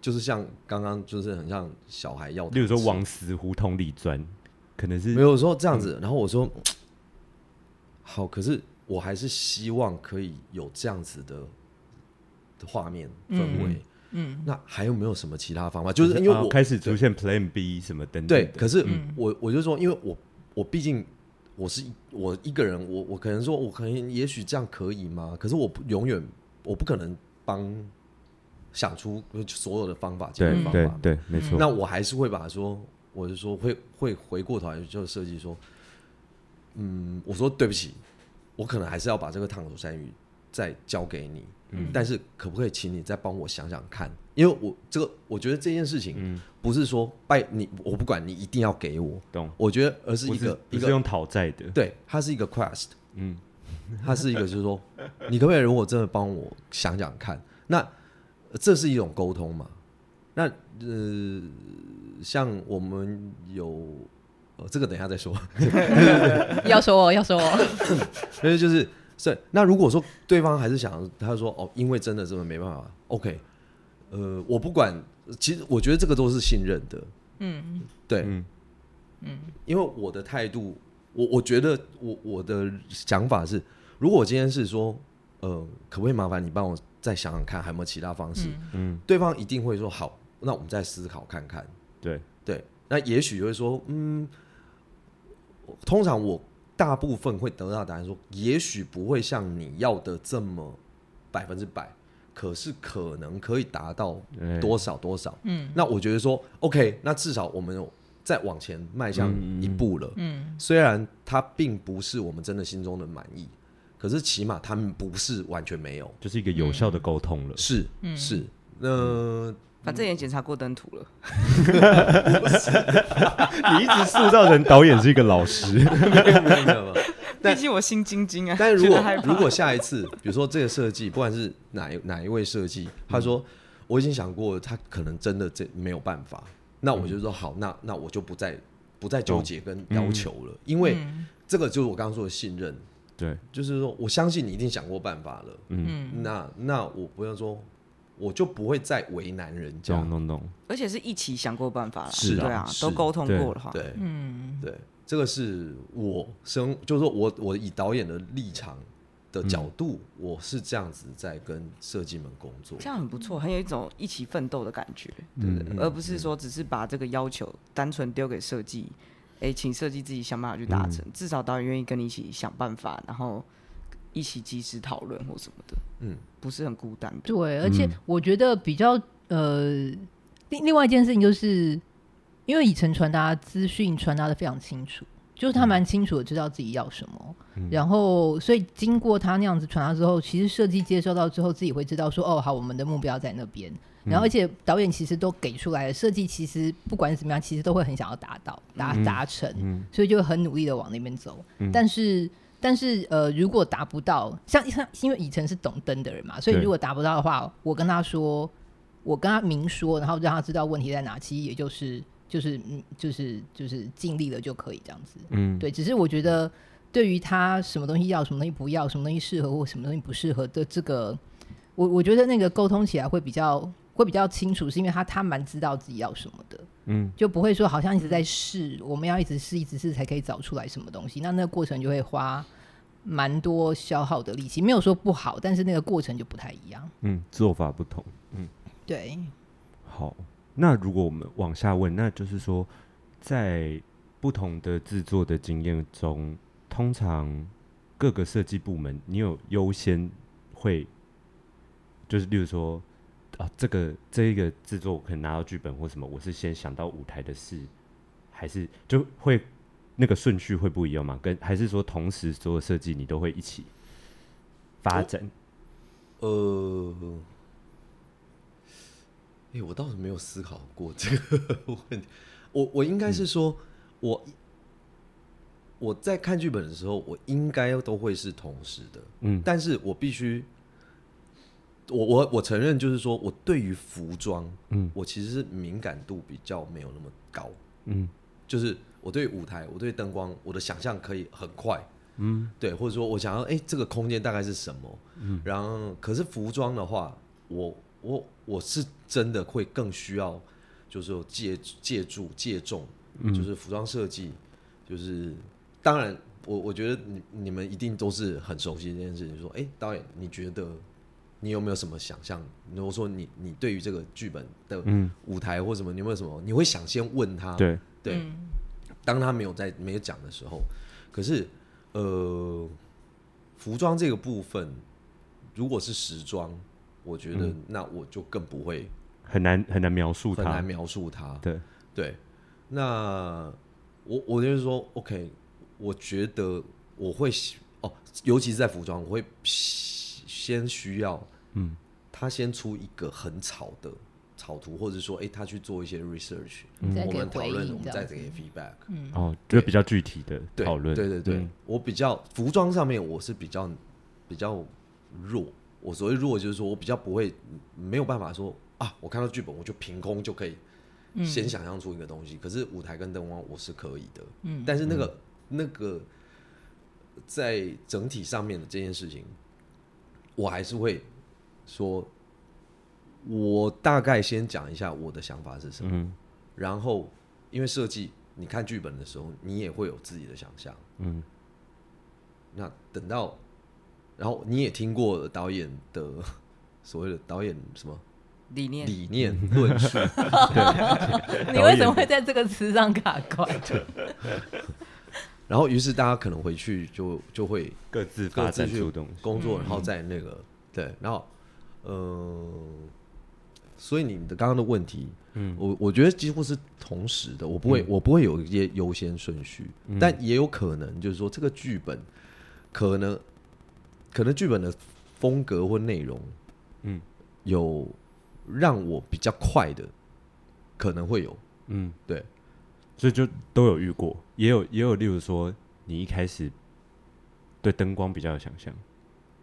[SPEAKER 3] 就是像刚刚就是很像小孩要糖吃，
[SPEAKER 1] 例如说往死胡同里钻，可能是嗯
[SPEAKER 3] 没有说这样子，然后我说好，可是我还是希望可以有这样子的的画面氛围。
[SPEAKER 2] 嗯，
[SPEAKER 3] 那还有没有什么其他方法？就是因为
[SPEAKER 1] 啊
[SPEAKER 3] 我、
[SPEAKER 1] 开始出现 Plan B 什么等等
[SPEAKER 3] 对
[SPEAKER 1] 的，
[SPEAKER 3] 可是
[SPEAKER 2] 嗯
[SPEAKER 3] 我我就说，因为我我毕竟我是一我一个人，我我可能说，我可能也许这样可以吗？可是我不永远我不可能帮想出所有的方法解决
[SPEAKER 1] 对
[SPEAKER 3] 方
[SPEAKER 1] 对
[SPEAKER 3] 法。
[SPEAKER 1] 对，没错。
[SPEAKER 3] 那我还是会把它说，我就说会会回过头来就设计说，嗯，我说对不起，我可能还是要把这个烫手山芋再交给你，
[SPEAKER 1] 嗯
[SPEAKER 3] 但是可不可以请你再帮我想想看？因为我这个我觉得这件事
[SPEAKER 1] 嗯
[SPEAKER 3] 情不是说拜你，我不管你一定要给我，
[SPEAKER 1] 懂，
[SPEAKER 3] 我觉得而是
[SPEAKER 1] 不
[SPEAKER 3] 一个
[SPEAKER 1] 不
[SPEAKER 3] 一
[SPEAKER 1] 是
[SPEAKER 3] 个
[SPEAKER 1] 用讨债的，
[SPEAKER 3] 对，它是一个 quest，
[SPEAKER 1] 嗯，
[SPEAKER 3] 它是一个就是说，你可不可以如果真的帮我想想看？那呃这是一种沟通嘛？那呃，像我们有呃，这个等一下再说，
[SPEAKER 2] 要说哦，要说哦，
[SPEAKER 3] 所以就是这那如果说对方还是想，他说哦，因为真的真的没办法，OK，呃，我不管，其实我觉得这个都是信任的，
[SPEAKER 2] 嗯，
[SPEAKER 3] 对，
[SPEAKER 1] 嗯
[SPEAKER 3] 因为我的态度，我我觉得我我的想法是，如果我今天是说，呃，可不可以麻烦你帮我再想想看，还有没有其他方式？
[SPEAKER 1] 嗯，
[SPEAKER 3] 对方一定会说好，那我们再思考看看。
[SPEAKER 1] 对，
[SPEAKER 3] 对，那也许就会说，嗯，我通常我大部分会得到答案说，也许不会像你要的这么百分之百，可是可能可以达到
[SPEAKER 1] 哎
[SPEAKER 3] 多少多少。
[SPEAKER 2] 嗯
[SPEAKER 3] 那我觉得说，OK，那至少我们有再往前迈向
[SPEAKER 1] 嗯嗯嗯
[SPEAKER 3] 一步了。
[SPEAKER 2] 嗯
[SPEAKER 3] 虽然它并不是我们真的心中的满意，可是起码他们不是完全没有，
[SPEAKER 1] 就是一个有效的沟通了。
[SPEAKER 3] 是、
[SPEAKER 2] 嗯
[SPEAKER 3] 是。那
[SPEAKER 4] 反正也检查过灯图了，
[SPEAKER 3] 嗯
[SPEAKER 1] 你一直塑造成导演是一个老 师，
[SPEAKER 3] 没有没有没有没有
[SPEAKER 4] 毕
[SPEAKER 3] 但
[SPEAKER 4] 竟我心惊惊啊。
[SPEAKER 3] 但如
[SPEAKER 4] 觉
[SPEAKER 3] 果
[SPEAKER 4] 得害怕
[SPEAKER 3] 如果下一次，比如说这个设计，不管是哪一哪一位设计，他说、我已经想过，他可能真的这没有办法，那我就说好，那那我就不再不再纠结跟要求了，因为
[SPEAKER 4] 嗯
[SPEAKER 2] 嗯
[SPEAKER 3] 这个就是我刚刚说的信任，
[SPEAKER 1] 对，
[SPEAKER 3] 就是说我相信你一定想过办法了，
[SPEAKER 2] 嗯
[SPEAKER 3] 那那我不要说，我就不会再为难人家
[SPEAKER 1] 懂，懂懂，
[SPEAKER 4] 而且是一起想过办法啦，
[SPEAKER 3] 是啊
[SPEAKER 4] 对啊，
[SPEAKER 3] 是
[SPEAKER 4] 都沟通
[SPEAKER 1] 对
[SPEAKER 4] 过的话，
[SPEAKER 3] 对
[SPEAKER 2] 嗯
[SPEAKER 3] 对，这个是我生，就是说我我以导演的立场的角度，我是这样子在跟设计们工作
[SPEAKER 4] 这，样很不错，很有一种一起奋斗的感觉，
[SPEAKER 3] 对不对？
[SPEAKER 4] 而不是说只是把这个要求单纯丢给设计，哎、请设计自己想办法去达
[SPEAKER 3] 嗯
[SPEAKER 4] 成，至少导演愿意跟你一起想办法，然后一起及时讨论或什么的，
[SPEAKER 3] 嗯，
[SPEAKER 4] 不是很孤单的。
[SPEAKER 2] 对，而且我觉得比较呃，另另外一件事情就是，因为以晨传达资讯传达的非常清楚，就是他蛮清楚的知道自己要什么，然后所以经过他那样子传达之后，其实设计接收到之后，自己会知道说，哦，好，我们的目标在那边。然后，而且导演其实都给出来了，设计其实不管怎么样，其实都会很想要达到达达成，
[SPEAKER 1] 嗯
[SPEAKER 2] 所以就很努力的往那边走。但是，但是呃，如果达不到，像像因为以晨是懂灯的人嘛，所以
[SPEAKER 1] 对
[SPEAKER 2] 如果达不到的话，我跟他说，我跟他明说，然后让他知道问题在哪，其实也就是就是嗯就是就是尽力了就可以这样子。
[SPEAKER 1] 嗯，
[SPEAKER 2] 对，只是我觉得对于他什么东西要，什么东西不要，什么东西适合或什么东西不适合的这个，我我觉得那个沟通起来会比较会比较清楚，是因为他他蛮知道自己要什么的，
[SPEAKER 1] 嗯，
[SPEAKER 2] 就不会说好像一直在试，我们要一直试一直试才可以找出来什么东西，那那个过程就会花。蛮多消耗的力气，没有说不好，但是那个过程就不太一样。
[SPEAKER 1] 嗯，做法不同。
[SPEAKER 2] 对，
[SPEAKER 1] 好，那如果我们往下问，那就是说，在不同的制作的经验中，通常各个设计部门，你有优先会，就是例如说，啊，这个这一个制作我可能拿到剧本或什么，我是先想到舞台的事，还是就会那个顺序会不一样吗？跟还是说同时所有设计你都会一起发
[SPEAKER 3] 哦
[SPEAKER 1] 展？
[SPEAKER 3] 呃，哎、我倒是没有思考过这个 问题，我我应该
[SPEAKER 1] 嗯
[SPEAKER 3] 是说，我我在看剧本的时候，我应该都会是同时的，
[SPEAKER 1] 嗯
[SPEAKER 3] 但是我必须，我我我承认，就是说我对于服装，
[SPEAKER 1] 嗯
[SPEAKER 3] 我其实是敏感度比较没有那么高，
[SPEAKER 1] 嗯
[SPEAKER 3] 就是我对舞台，我对灯光，我的想象可以很快，嗯，对，或者说我想要，哎、这个空间大概是什么，嗯，然后可是服装的话，我我我是真的会更需要，就是说借借助借重，就是服装设计，就是当然，我我觉得你你们一定都是很熟悉这件事情，就说，哎、导演，你觉得？你有没有什么想象？如果说你你对于这个剧本的
[SPEAKER 1] 嗯，
[SPEAKER 3] 舞台或什么，你有没有什么？你会想先问他，
[SPEAKER 1] 对，
[SPEAKER 3] 对，当他没有在没有讲的时候，可是呃，服装这个部分，如果是时装，我觉得那我就更不会
[SPEAKER 1] 很难很难描述
[SPEAKER 3] 很
[SPEAKER 1] 它
[SPEAKER 3] 难，描述它。
[SPEAKER 1] 对，
[SPEAKER 3] 对，那我我就是说，OK，我觉得我会喜哦，尤其是在服装，我会喜先需要，
[SPEAKER 1] 嗯，
[SPEAKER 3] 他先出一个很草的草图，或者说，哎、他去做一些 research，、
[SPEAKER 2] 嗯再
[SPEAKER 3] 我
[SPEAKER 2] 给
[SPEAKER 3] 们讨
[SPEAKER 2] 回
[SPEAKER 3] 论，
[SPEAKER 2] 应
[SPEAKER 3] 我们
[SPEAKER 2] 这
[SPEAKER 3] 再
[SPEAKER 2] 样子
[SPEAKER 3] 给 feedback。
[SPEAKER 1] 哦，就比较具体的
[SPEAKER 3] 嗯对
[SPEAKER 1] 讨论。
[SPEAKER 3] 对对对，
[SPEAKER 1] 嗯
[SPEAKER 3] 我比较服装上面我是比较比较弱，我所谓弱就是说我比较不会没有办法说啊，我看到剧本我就凭空就可以先想象出嗯一个东西，可是舞台跟灯光我是可以的，嗯，但是那个、那个在整体上面的这件事情，我还是会说，我大概先讲一下我的想法是什么，
[SPEAKER 1] 嗯
[SPEAKER 3] 然后因为设计，你看剧本的时候，你也会有自己的想象，
[SPEAKER 1] 嗯，
[SPEAKER 3] 那等到，然后你也听过导演的 所谓的导演什么
[SPEAKER 4] 理念
[SPEAKER 3] 理念论述，
[SPEAKER 2] 你为什么会在这个词上卡关？
[SPEAKER 3] 然后于是大家可能回去就就会
[SPEAKER 1] 各自
[SPEAKER 3] 各
[SPEAKER 1] 发
[SPEAKER 3] 自
[SPEAKER 1] 展
[SPEAKER 3] 去
[SPEAKER 1] 出东西。
[SPEAKER 3] 工作，然后再那个、对，然后呃，所以你的刚刚的问题，嗯，我我觉得几乎是同时的，我不会、我不会有一些优先顺序，但也有可能就是说这个剧本可能可能剧本的风格或内容，
[SPEAKER 1] 嗯，
[SPEAKER 3] 有让我比较快的，可能会有
[SPEAKER 1] 嗯，
[SPEAKER 3] 对，
[SPEAKER 1] 所以就都有遇过，也有也有，例如说你一开始对灯光比较有想象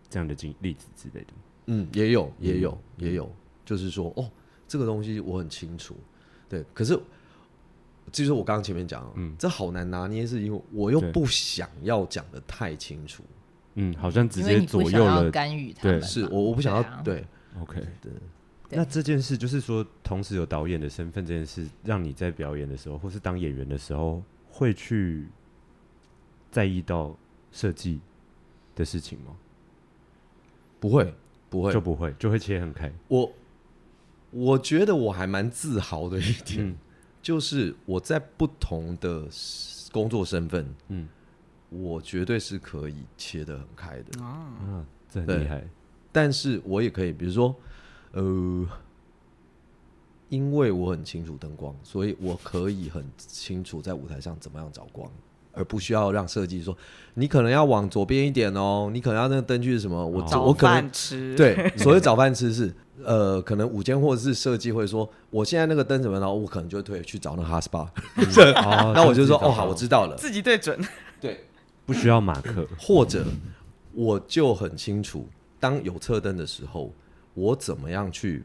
[SPEAKER 1] 这样的经例子之类的。
[SPEAKER 3] 嗯，也有，也有，也有，就是说，哦，这个东西我很清楚，对。可是，这就是我刚刚前面讲，嗯，这好难拿捏，是因为我又
[SPEAKER 1] 对
[SPEAKER 3] 不想要讲的太清楚，
[SPEAKER 1] 嗯，好像直
[SPEAKER 2] 因为
[SPEAKER 1] 接
[SPEAKER 2] 你不
[SPEAKER 1] 左
[SPEAKER 2] 想
[SPEAKER 1] 右
[SPEAKER 2] 要
[SPEAKER 1] 了。
[SPEAKER 2] 干预他们
[SPEAKER 1] 对
[SPEAKER 2] 嘛，
[SPEAKER 3] 是我我不想要，
[SPEAKER 2] 啊，
[SPEAKER 3] 对
[SPEAKER 1] OK，
[SPEAKER 3] 对
[SPEAKER 2] 对
[SPEAKER 1] 那这件事就是说，同时有导演的身份这件事，让你在表演的时候，或是当演员的时候，会去在意到设计的事情吗？
[SPEAKER 3] 不会，不会
[SPEAKER 1] 就，不会，就会切很开。
[SPEAKER 3] 我我觉得我还蛮自豪的一点，
[SPEAKER 1] 嗯
[SPEAKER 3] 就是我在不同的工作身份，
[SPEAKER 1] 嗯
[SPEAKER 3] 我绝对是可以切得很开的。
[SPEAKER 4] 啊，
[SPEAKER 1] 啊，这很
[SPEAKER 3] 嗯对
[SPEAKER 1] 厉害。
[SPEAKER 3] 但是我也可以，比如说，呃，因为我很清楚灯光，所以我可以很清楚在舞台上怎么样找光，而不需要让设计说你可能要往左边一点哦，你可能要那个灯具是什么，我、
[SPEAKER 1] 哦
[SPEAKER 3] 我
[SPEAKER 4] 早
[SPEAKER 3] 可能
[SPEAKER 4] 饭吃，
[SPEAKER 3] 对，所谓找饭吃是，呃，可能午间或者是设计会说，我现在那个灯怎么样，然后我可能就会退去找那个哈 spa，
[SPEAKER 1] 哦
[SPEAKER 3] 那我就说
[SPEAKER 1] 这样
[SPEAKER 3] 哦
[SPEAKER 1] 子
[SPEAKER 3] 好，我知道了，
[SPEAKER 4] 自己对准，
[SPEAKER 3] 对，
[SPEAKER 1] 不需要马克。
[SPEAKER 3] 或者我就很清楚，当有侧灯的时候，我怎么样去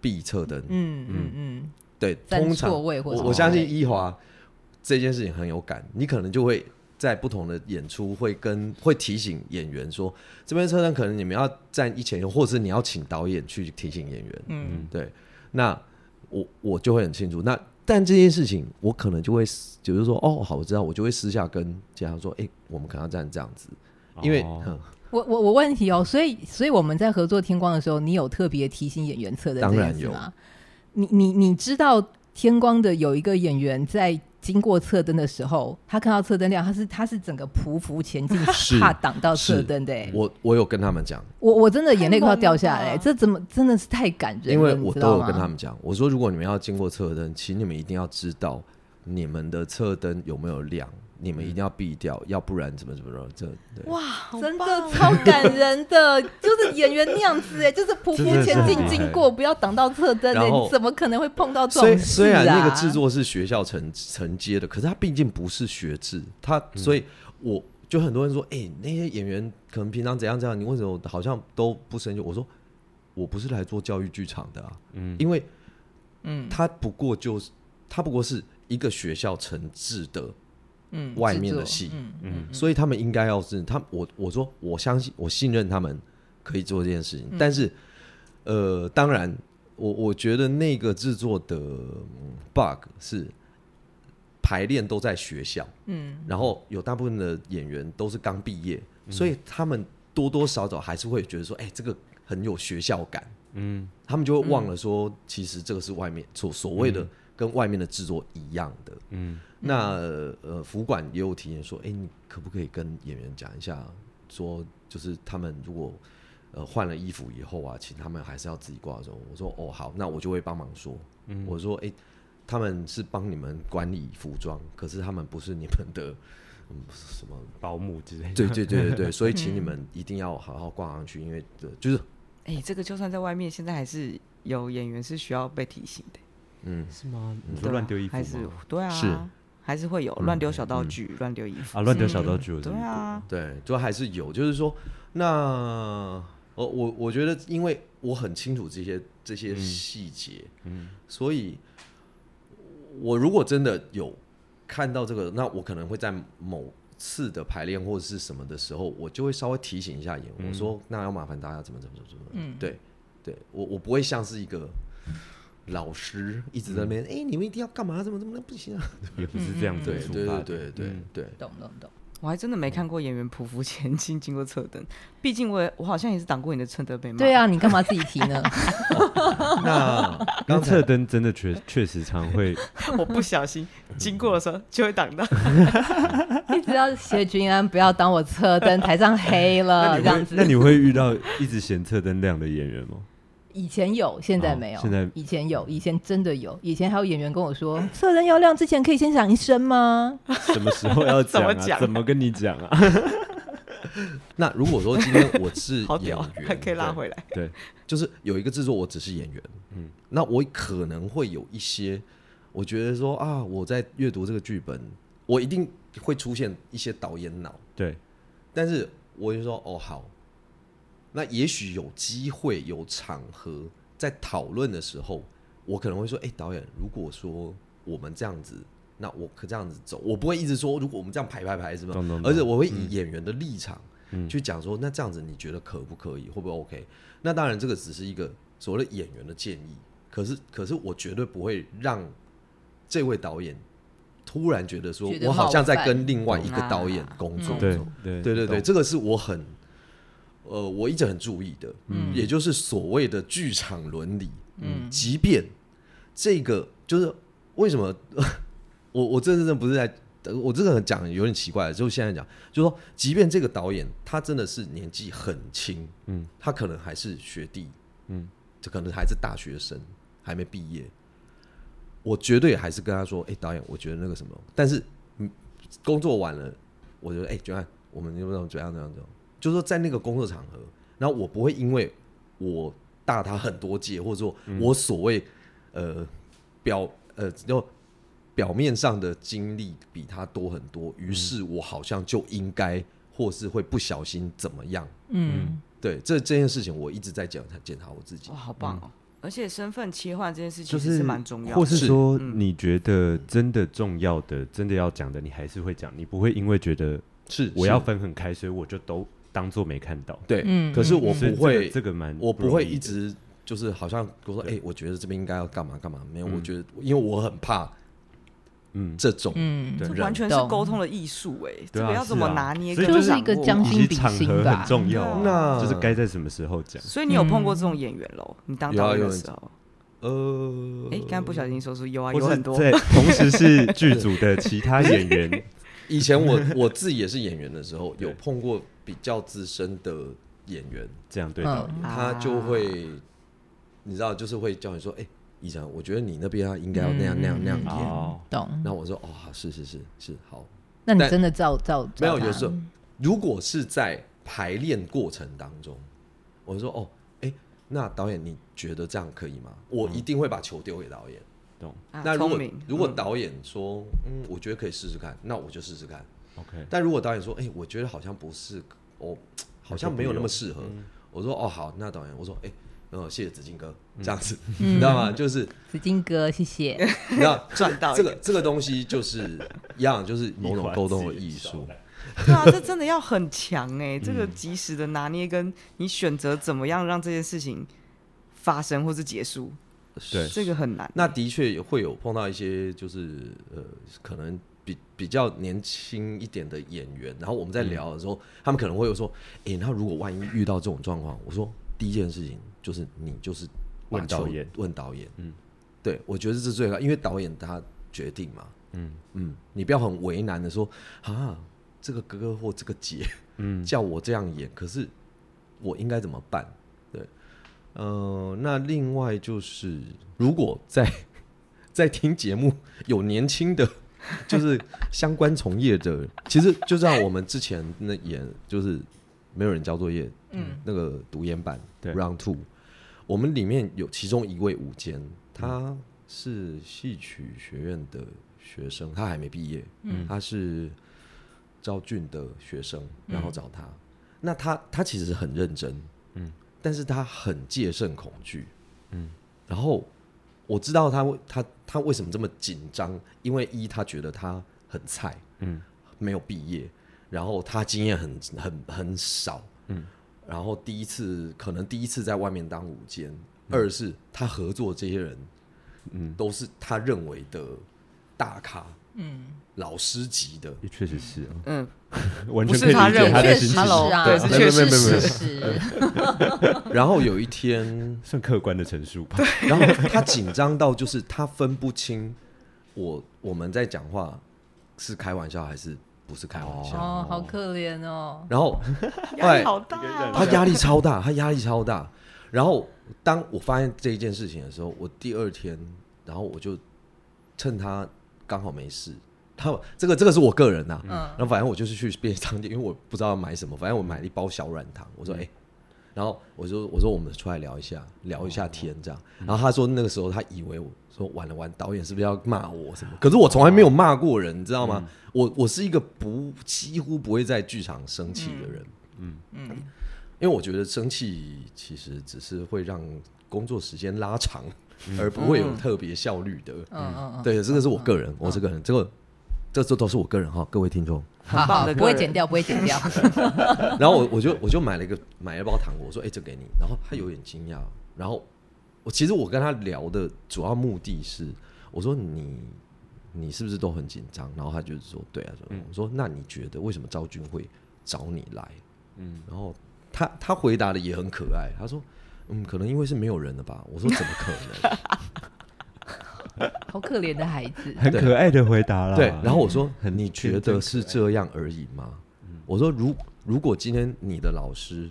[SPEAKER 3] 避侧灯。
[SPEAKER 2] 嗯嗯嗯，
[SPEAKER 3] 对，
[SPEAKER 2] 站
[SPEAKER 3] 通常
[SPEAKER 2] 错位或
[SPEAKER 3] 我
[SPEAKER 2] 什
[SPEAKER 3] 我
[SPEAKER 2] 么
[SPEAKER 3] 相
[SPEAKER 2] 之
[SPEAKER 3] 信
[SPEAKER 2] 类
[SPEAKER 3] 一华这件事情很有感，你可能就会在不同的演出会跟会提醒演员说，这边车灯可能你们要站一前一后，或者是你要请导演去提醒演员。
[SPEAKER 2] 嗯，
[SPEAKER 3] 对，那我我就会很清楚。那但这件事情，我可能就会私就是说，哦，好，我知道，我就会私下跟家长说，哎、我们可能要站这样子，因为、
[SPEAKER 1] 哦
[SPEAKER 3] 嗯
[SPEAKER 2] 我我我问题哦，所以所以我们在合作天光的时候，你有特别提醒演员测的这
[SPEAKER 3] 当然
[SPEAKER 2] 件事吗？你你你知道天光的有一个演员在经过侧灯的时候，他看到侧灯亮，他是他是整个匍匐前进，
[SPEAKER 3] 是
[SPEAKER 2] 怕挡到侧
[SPEAKER 3] 是
[SPEAKER 2] 灯的、欸。
[SPEAKER 3] 我我有跟他们讲，
[SPEAKER 2] 我我真的眼泪快要掉下
[SPEAKER 4] 太
[SPEAKER 2] 来、欸
[SPEAKER 4] 猛了吧
[SPEAKER 2] 这怎么真的是太感人
[SPEAKER 3] 因
[SPEAKER 2] 了，
[SPEAKER 3] 为我
[SPEAKER 2] 你知
[SPEAKER 3] 都
[SPEAKER 2] 道
[SPEAKER 3] 有跟他
[SPEAKER 2] 吗？
[SPEAKER 3] 们讲，我说如果你们要经过侧灯，请你们一定要知道你们的侧灯有没有亮，你们一定要避掉，要不然怎么怎么着，这对
[SPEAKER 4] 哇，好
[SPEAKER 2] 真
[SPEAKER 4] 棒
[SPEAKER 2] 的
[SPEAKER 4] 哦
[SPEAKER 2] 超感人的，就是演员那样子哎、就是匍
[SPEAKER 1] 真的
[SPEAKER 2] 匐
[SPEAKER 1] 是
[SPEAKER 2] 前进
[SPEAKER 1] 很厉害
[SPEAKER 2] 经过，不要挡到侧灯哎、
[SPEAKER 3] 然后
[SPEAKER 2] 你怎么可能会碰到这
[SPEAKER 3] 虽
[SPEAKER 2] 种事啊？
[SPEAKER 3] 虽然那个制作是学校承承接的，可是它毕竟不是学制，它所以我就很多人说，哎、那些演员可能平常怎样怎样，你为什么好像都不深究？我说我不是来做教育剧场的啊，嗯，因为
[SPEAKER 2] 嗯
[SPEAKER 3] 它不过就是它不过是一个学校承制的
[SPEAKER 2] 嗯
[SPEAKER 3] 外面
[SPEAKER 2] 制作
[SPEAKER 3] 的戏
[SPEAKER 2] 嗯
[SPEAKER 3] 所以他们应该要是他，我我说我相信我信任他们可以做这件事情，
[SPEAKER 2] 嗯
[SPEAKER 3] 但是呃，当然我我觉得那个制作的嗯 bug 是排练都在学校，
[SPEAKER 2] 嗯，
[SPEAKER 3] 然后有大部分的演员都是刚毕业，所以他们多多少少还是会觉得说，哎、这个很有学校感，
[SPEAKER 1] 嗯
[SPEAKER 3] 他们就会忘了说，其实这个是外面所所谓
[SPEAKER 2] 嗯
[SPEAKER 3] 的跟外面的制作一样的。
[SPEAKER 1] 嗯，
[SPEAKER 3] 那呃，服管也有提议说，哎、你可不可以跟演员讲一下，说就是他们如果呃换了衣服以后啊，请他们还是要自己挂钟。我说哦好，那我就会帮忙说。我说哎、诶他们是帮你们管理服装，可是他们不是你们的 嗯什么
[SPEAKER 1] 保姆之类的。
[SPEAKER 3] 对 对对对对，所以请你们一定要好好挂上去，因为呃就是
[SPEAKER 4] 哎、这个就算在外面，现在还是有演员是需要被提醒的。
[SPEAKER 3] 嗯
[SPEAKER 1] 是吗？你
[SPEAKER 4] 对
[SPEAKER 1] 说
[SPEAKER 4] 啊
[SPEAKER 1] 乱丢衣服
[SPEAKER 4] 还是
[SPEAKER 1] 吗？
[SPEAKER 4] 对啊，
[SPEAKER 3] 是嗯
[SPEAKER 4] 还是会有乱丢小道具、乱丢衣服。
[SPEAKER 1] 啊，乱丢小道具，我真
[SPEAKER 4] 对
[SPEAKER 1] 的
[SPEAKER 4] 啊，
[SPEAKER 3] 对，主要还是有，就是说，那我我我觉得，因为我很清楚这些这些细节，嗯，所以我如果真的有看到这个，那我可能会在某次的排练或者是什么的时候，我就会稍微提醒一下演员，我说那要麻烦大家怎么怎么怎么怎么，
[SPEAKER 2] 嗯
[SPEAKER 3] 对，对我我不会像是一个老师一直在那边，哎、你们一定要干嘛，怎么怎么不行啊？
[SPEAKER 1] 也不是这样子
[SPEAKER 3] 对
[SPEAKER 1] 的出
[SPEAKER 3] 对
[SPEAKER 1] 发
[SPEAKER 3] 对
[SPEAKER 1] 点
[SPEAKER 3] 对对
[SPEAKER 1] 嗯
[SPEAKER 3] 对，
[SPEAKER 2] 懂懂懂。
[SPEAKER 4] 我还真的没看过演员匍匐前进经过侧灯， 毕竟我也我好像也是挡过你的侧灯被骂。
[SPEAKER 2] 对，啊，你干嘛自己提呢？
[SPEAKER 3] 那
[SPEAKER 1] 刚
[SPEAKER 3] 刚才
[SPEAKER 1] 侧灯真的确确实常 会，
[SPEAKER 4] 我不小心经过的时候就会挡到。
[SPEAKER 2] 一直要谢君安不要当我侧灯，台上黑了
[SPEAKER 4] 呃
[SPEAKER 2] 这样
[SPEAKER 1] 那
[SPEAKER 2] 子。
[SPEAKER 1] 你会遇到一直嫌侧灯亮的演员吗？
[SPEAKER 2] 以前有，现在
[SPEAKER 1] 哦
[SPEAKER 2] 没有。
[SPEAKER 1] 现在
[SPEAKER 2] 以前有，以前真的有。以前还有演员跟我说，侧灯要亮之前可以先讲一声吗？
[SPEAKER 1] 什么时候要
[SPEAKER 4] 怎
[SPEAKER 1] 讲
[SPEAKER 4] 么
[SPEAKER 1] 啊？
[SPEAKER 4] 讲
[SPEAKER 1] 怎么跟你讲 啊？
[SPEAKER 3] 那如果说今天我是
[SPEAKER 4] 好
[SPEAKER 3] 演
[SPEAKER 4] 屌
[SPEAKER 3] 员，，
[SPEAKER 4] 还可以拉
[SPEAKER 3] 对
[SPEAKER 4] 回来。
[SPEAKER 1] 对，
[SPEAKER 3] 就是有一个制作，我只是演员，嗯，那我可能会有一些，我觉得说啊，我在阅读这个剧本，我一定会出现一些导演脑，
[SPEAKER 1] 对，
[SPEAKER 3] 但是我就说哦好，那也许有机会有场合在讨论的时候，我可能会说，哎、导演，如果说我们这样子，那我可这样子走，我不会一直说，如果我们这样排排排什么
[SPEAKER 1] 懂懂，懂
[SPEAKER 3] 而且我会
[SPEAKER 1] 嗯
[SPEAKER 3] 以演员的立场去讲说，那这样子你觉得可不可以，会不会 OK？那当然，这个只是一个所谓的演员的建议，可是可是我绝对不会让这位导演。突然觉得说
[SPEAKER 2] 觉，得
[SPEAKER 3] 我好像在
[SPEAKER 2] 冒犯
[SPEAKER 3] 跟另外一个导演
[SPEAKER 4] 啊
[SPEAKER 3] 工作
[SPEAKER 2] 嗯，
[SPEAKER 1] 对对
[SPEAKER 3] 对对对，
[SPEAKER 1] 懂
[SPEAKER 3] 这个是我很，呃，我一直很注意的，嗯，也就是所谓的剧场伦理，嗯，即便这个就是为什么， 我我这真的不是在，呃我这个很讲有点奇怪，就现在讲，就是说，即便这个导演他真的是年纪很轻，嗯，他可能还是学弟，嗯，这可能还是大学生，还没毕业，我绝对还是跟他说，哎、导演，我觉得那个什么，但是，嗯，工作完了。我就哎，九、安，我们就不怎样怎样怎样，就是说在那个工作场合，然后我不会因为我大他很多届，或者说我所谓、呃表呃就表面上的经历比他多很多，于是
[SPEAKER 1] 嗯
[SPEAKER 3] 我好像就应该或是会不小心怎么样？
[SPEAKER 2] 嗯，
[SPEAKER 3] 对，这这件事情我一直在检查检查我自己
[SPEAKER 4] 哇，。好棒哦！而且身份切换这件事
[SPEAKER 1] 就
[SPEAKER 4] 情其实蛮重要的，
[SPEAKER 1] 或是
[SPEAKER 3] 是
[SPEAKER 1] 说
[SPEAKER 4] 嗯
[SPEAKER 1] 你觉得真的重要的、真的要讲的，你还是会讲，你不会因为觉得
[SPEAKER 3] 是
[SPEAKER 1] 我要分很开，所以我就都当做没看到。
[SPEAKER 3] 对，
[SPEAKER 2] 嗯
[SPEAKER 3] 可是我
[SPEAKER 1] 所以
[SPEAKER 3] 不
[SPEAKER 1] 这
[SPEAKER 3] 会
[SPEAKER 1] 个这个蛮容易的，
[SPEAKER 3] 我不会一直就是好像我说，哎、我觉得这边应该要干嘛干嘛，没有，我觉得因为我很怕
[SPEAKER 1] 嗯，
[SPEAKER 3] 这种，
[SPEAKER 2] 嗯，
[SPEAKER 1] 对
[SPEAKER 4] 这
[SPEAKER 3] 人
[SPEAKER 4] 完全是
[SPEAKER 2] 懂
[SPEAKER 4] 沟通的艺术哎，这
[SPEAKER 1] 对啊
[SPEAKER 4] 个要怎么
[SPEAKER 1] 是啊
[SPEAKER 4] 拿捏
[SPEAKER 1] 所
[SPEAKER 4] 跟
[SPEAKER 1] 以就
[SPEAKER 4] 掌握？
[SPEAKER 2] 是一个
[SPEAKER 1] 以
[SPEAKER 2] 将
[SPEAKER 1] 及
[SPEAKER 2] 心比
[SPEAKER 1] 场合
[SPEAKER 2] 心吧
[SPEAKER 1] 很重要啊，
[SPEAKER 3] 那
[SPEAKER 1] 就是该在什么时候讲。
[SPEAKER 4] 所以你有碰过这种演员喽？你当导演
[SPEAKER 3] 有
[SPEAKER 4] 的
[SPEAKER 3] 啊有
[SPEAKER 4] 时候，
[SPEAKER 3] 呃，
[SPEAKER 4] 哎，刚才不小心说出有啊，
[SPEAKER 1] 或
[SPEAKER 4] 有
[SPEAKER 1] 是
[SPEAKER 4] 很多，
[SPEAKER 1] 在同时是剧组的其他演员，
[SPEAKER 3] 以前我 我自己也是演员的时候，
[SPEAKER 1] 对
[SPEAKER 3] 有碰过比较资深的演员，
[SPEAKER 1] 这样对
[SPEAKER 2] 嗯
[SPEAKER 1] 导演，
[SPEAKER 3] 他就会，你知道，就是会叫你说，哎、以前我觉得你那边啊应该要那样那样那
[SPEAKER 4] 嗯
[SPEAKER 3] 样演。
[SPEAKER 1] 哦，
[SPEAKER 2] 懂。
[SPEAKER 3] 那我说，哦，是是是是，好。
[SPEAKER 2] 那你
[SPEAKER 3] 但
[SPEAKER 2] 真的照照照
[SPEAKER 3] 没有，
[SPEAKER 2] 他
[SPEAKER 3] 有时候如果是在排练过程当中，我就说，哦，哎、那导演你觉得这样可以吗？我一定会把球丢给导演。
[SPEAKER 1] 懂
[SPEAKER 4] 啊
[SPEAKER 3] 那如
[SPEAKER 4] 聪
[SPEAKER 3] 果
[SPEAKER 4] 明，
[SPEAKER 3] 如果
[SPEAKER 4] 嗯
[SPEAKER 3] 导演说，嗯，我觉得可以试试看，那我就试试看。
[SPEAKER 1] ？OK，
[SPEAKER 3] 但如果导演说，哎、我觉得好像不是，我、好像没有那么适合，我说哦好，那导演，我说哎、呃，谢谢子敬哥，这样子， 你知道吗？就是
[SPEAKER 2] 紫金哥，谢谢。
[SPEAKER 3] 你知道
[SPEAKER 4] 赚到
[SPEAKER 3] 这
[SPEAKER 4] 一
[SPEAKER 3] 个这个东西就是一样，就是某种沟通的艺术，
[SPEAKER 4] 对啊，这真的要很强哎、
[SPEAKER 1] 嗯
[SPEAKER 4] 这个及时的拿捏，跟你选择怎么样让这件事情发生或是结束，
[SPEAKER 1] 对
[SPEAKER 4] 这个很难。
[SPEAKER 3] 那的确也会有碰到一些，就是呃，可能比比较年轻一点的演员，然后我们在聊的时候，他们可能会有说，诶，那如果万一遇到这种状况，我说第一件事情就是你就是把
[SPEAKER 1] 问导
[SPEAKER 3] 球
[SPEAKER 1] 演
[SPEAKER 3] 问导演，嗯，对，我觉得这是最好，因为导演他决定嘛，嗯嗯，你不要很为难的说啊，这个哥哥或这个姐，嗯，叫我这样演，可是我应该怎么办？对，呃，那另外就是，如果在在听节目有年轻的，就是相关从业者，其实就像我们之前那演，就是没有人交作业，嗯，那个读研版
[SPEAKER 1] 对
[SPEAKER 3] Round Two，我们里面有其中一位午间，他是戏曲学院的学生，他还没毕业，嗯，他是赵俊的学生，然后找他，那他他其实很认真，但是他很戒慎恐惧，嗯，然后我知道他为他他为什么这么紧张，因为一他觉得他很菜，嗯，没有毕业，然后他经验很很很少，嗯，然后第一次可能第一次在外面当舞监，二是他合作这些人，嗯，都是他认为的大咖，
[SPEAKER 2] 嗯，
[SPEAKER 3] 老师级 的，
[SPEAKER 1] 也确实是啊，
[SPEAKER 4] 嗯，
[SPEAKER 1] 完
[SPEAKER 4] 不
[SPEAKER 1] 全
[SPEAKER 4] 是
[SPEAKER 1] 可以
[SPEAKER 4] 他
[SPEAKER 1] 理解
[SPEAKER 4] 认
[SPEAKER 1] 他
[SPEAKER 4] 为
[SPEAKER 1] 的
[SPEAKER 2] 确
[SPEAKER 1] 心
[SPEAKER 2] 实
[SPEAKER 1] 情，
[SPEAKER 4] Hello，
[SPEAKER 2] 啊
[SPEAKER 4] 对，是
[SPEAKER 3] 没有
[SPEAKER 4] 确
[SPEAKER 3] 没有
[SPEAKER 4] 实
[SPEAKER 3] 没有没有
[SPEAKER 4] 是
[SPEAKER 2] 是，
[SPEAKER 3] 然后有一天，
[SPEAKER 1] 算客观的陈述吧。
[SPEAKER 3] 然后他紧张到就是他分不清我我们在讲话是开玩笑还是不是开玩笑，
[SPEAKER 2] 哦，好可怜哦，
[SPEAKER 3] 然后
[SPEAKER 4] 压力
[SPEAKER 3] 哎
[SPEAKER 4] 好大
[SPEAKER 1] 一个人
[SPEAKER 4] 哦，
[SPEAKER 3] 他压力超大，他压力超大。然后当我发现这一件事情的时候，我第二天，然后我就趁他刚好没事，他这个这个是我个人呐、
[SPEAKER 2] 嗯
[SPEAKER 3] 然后反正我就是去便利商店，因为我不知道要买什么，反正我买了一包小软糖，我说
[SPEAKER 2] 嗯
[SPEAKER 3] 哎、然后我说我说我们出来聊一下，聊一下天这
[SPEAKER 2] 哦
[SPEAKER 3] 样。然后他说那个时候他以为我说完了完，导演是不是要骂我什么？可是我从来没有骂过人，你知道吗？
[SPEAKER 2] 嗯
[SPEAKER 3] 我我是一个不几乎不会在剧场生气的人，
[SPEAKER 2] 嗯，
[SPEAKER 3] 因为我觉得生气其实只是会让工作时间拉长，而不会有特别效率的。
[SPEAKER 2] 嗯嗯嗯，
[SPEAKER 3] 对，这个是我个人，我这个人，这个这这都是我个人哈，各位听众。
[SPEAKER 2] 好
[SPEAKER 4] 棒
[SPEAKER 2] 好，
[SPEAKER 4] 的
[SPEAKER 1] 啊
[SPEAKER 2] 不
[SPEAKER 4] 个
[SPEAKER 2] 会
[SPEAKER 4] 人
[SPEAKER 2] 剪掉，不会剪掉，
[SPEAKER 3] 然后我我就我就买了一个买了一包糖果，我说哎、这给你。然后他有点惊讶，然后我其实我跟他聊的主要目的是，我说你你是不是都很紧张？然后他就是说对啊，我说那你觉得为什么赵俊会找你来？嗯，然后他他回答的也很可爱，他说嗯，可能因为是没有人的吧。我说怎么可能？
[SPEAKER 2] 好可怜的孩子，
[SPEAKER 1] 很可爱的回答啦。
[SPEAKER 3] 对，然后我说：“
[SPEAKER 1] 啊嗯很
[SPEAKER 3] 你觉得是这样而已吗？”
[SPEAKER 1] 嗯
[SPEAKER 3] 我说：“如如果今天你的老师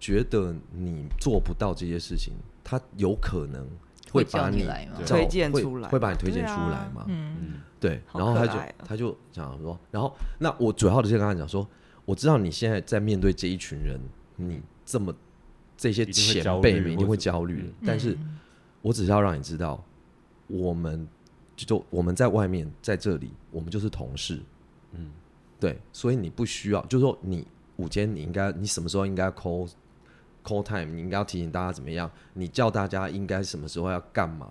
[SPEAKER 3] 觉得你做不到这些事情，他有可能
[SPEAKER 2] 会叫
[SPEAKER 3] 把
[SPEAKER 2] 你
[SPEAKER 3] 你
[SPEAKER 2] 来吗
[SPEAKER 3] 叫
[SPEAKER 4] 推荐出来
[SPEAKER 3] 会会把你推荐
[SPEAKER 4] 对
[SPEAKER 3] 出
[SPEAKER 4] 啊
[SPEAKER 3] 来吗？
[SPEAKER 2] 嗯
[SPEAKER 3] 对，
[SPEAKER 4] 好
[SPEAKER 3] 然后他
[SPEAKER 4] 可
[SPEAKER 3] 就
[SPEAKER 4] 爱哦
[SPEAKER 3] 他就讲说，然后那我主要的是跟他讲说，我知道你现在在面对这一群人，你这么这些
[SPEAKER 1] 一定会
[SPEAKER 3] 前
[SPEAKER 1] 焦
[SPEAKER 3] 辈
[SPEAKER 1] 虑
[SPEAKER 3] 们一
[SPEAKER 1] 或
[SPEAKER 3] 定会
[SPEAKER 1] 者
[SPEAKER 3] 焦虑
[SPEAKER 1] 嗯，
[SPEAKER 3] 但是
[SPEAKER 2] 嗯
[SPEAKER 3] 我只是要让你知道，我们就我们在外面，在这里，我们就是同事。
[SPEAKER 1] 嗯，
[SPEAKER 3] 对，所以你不需要，就是说你午间你应该，你什么时候应该 call call time，你应该要提醒大家怎么样，你叫大家应该什么时候要干嘛，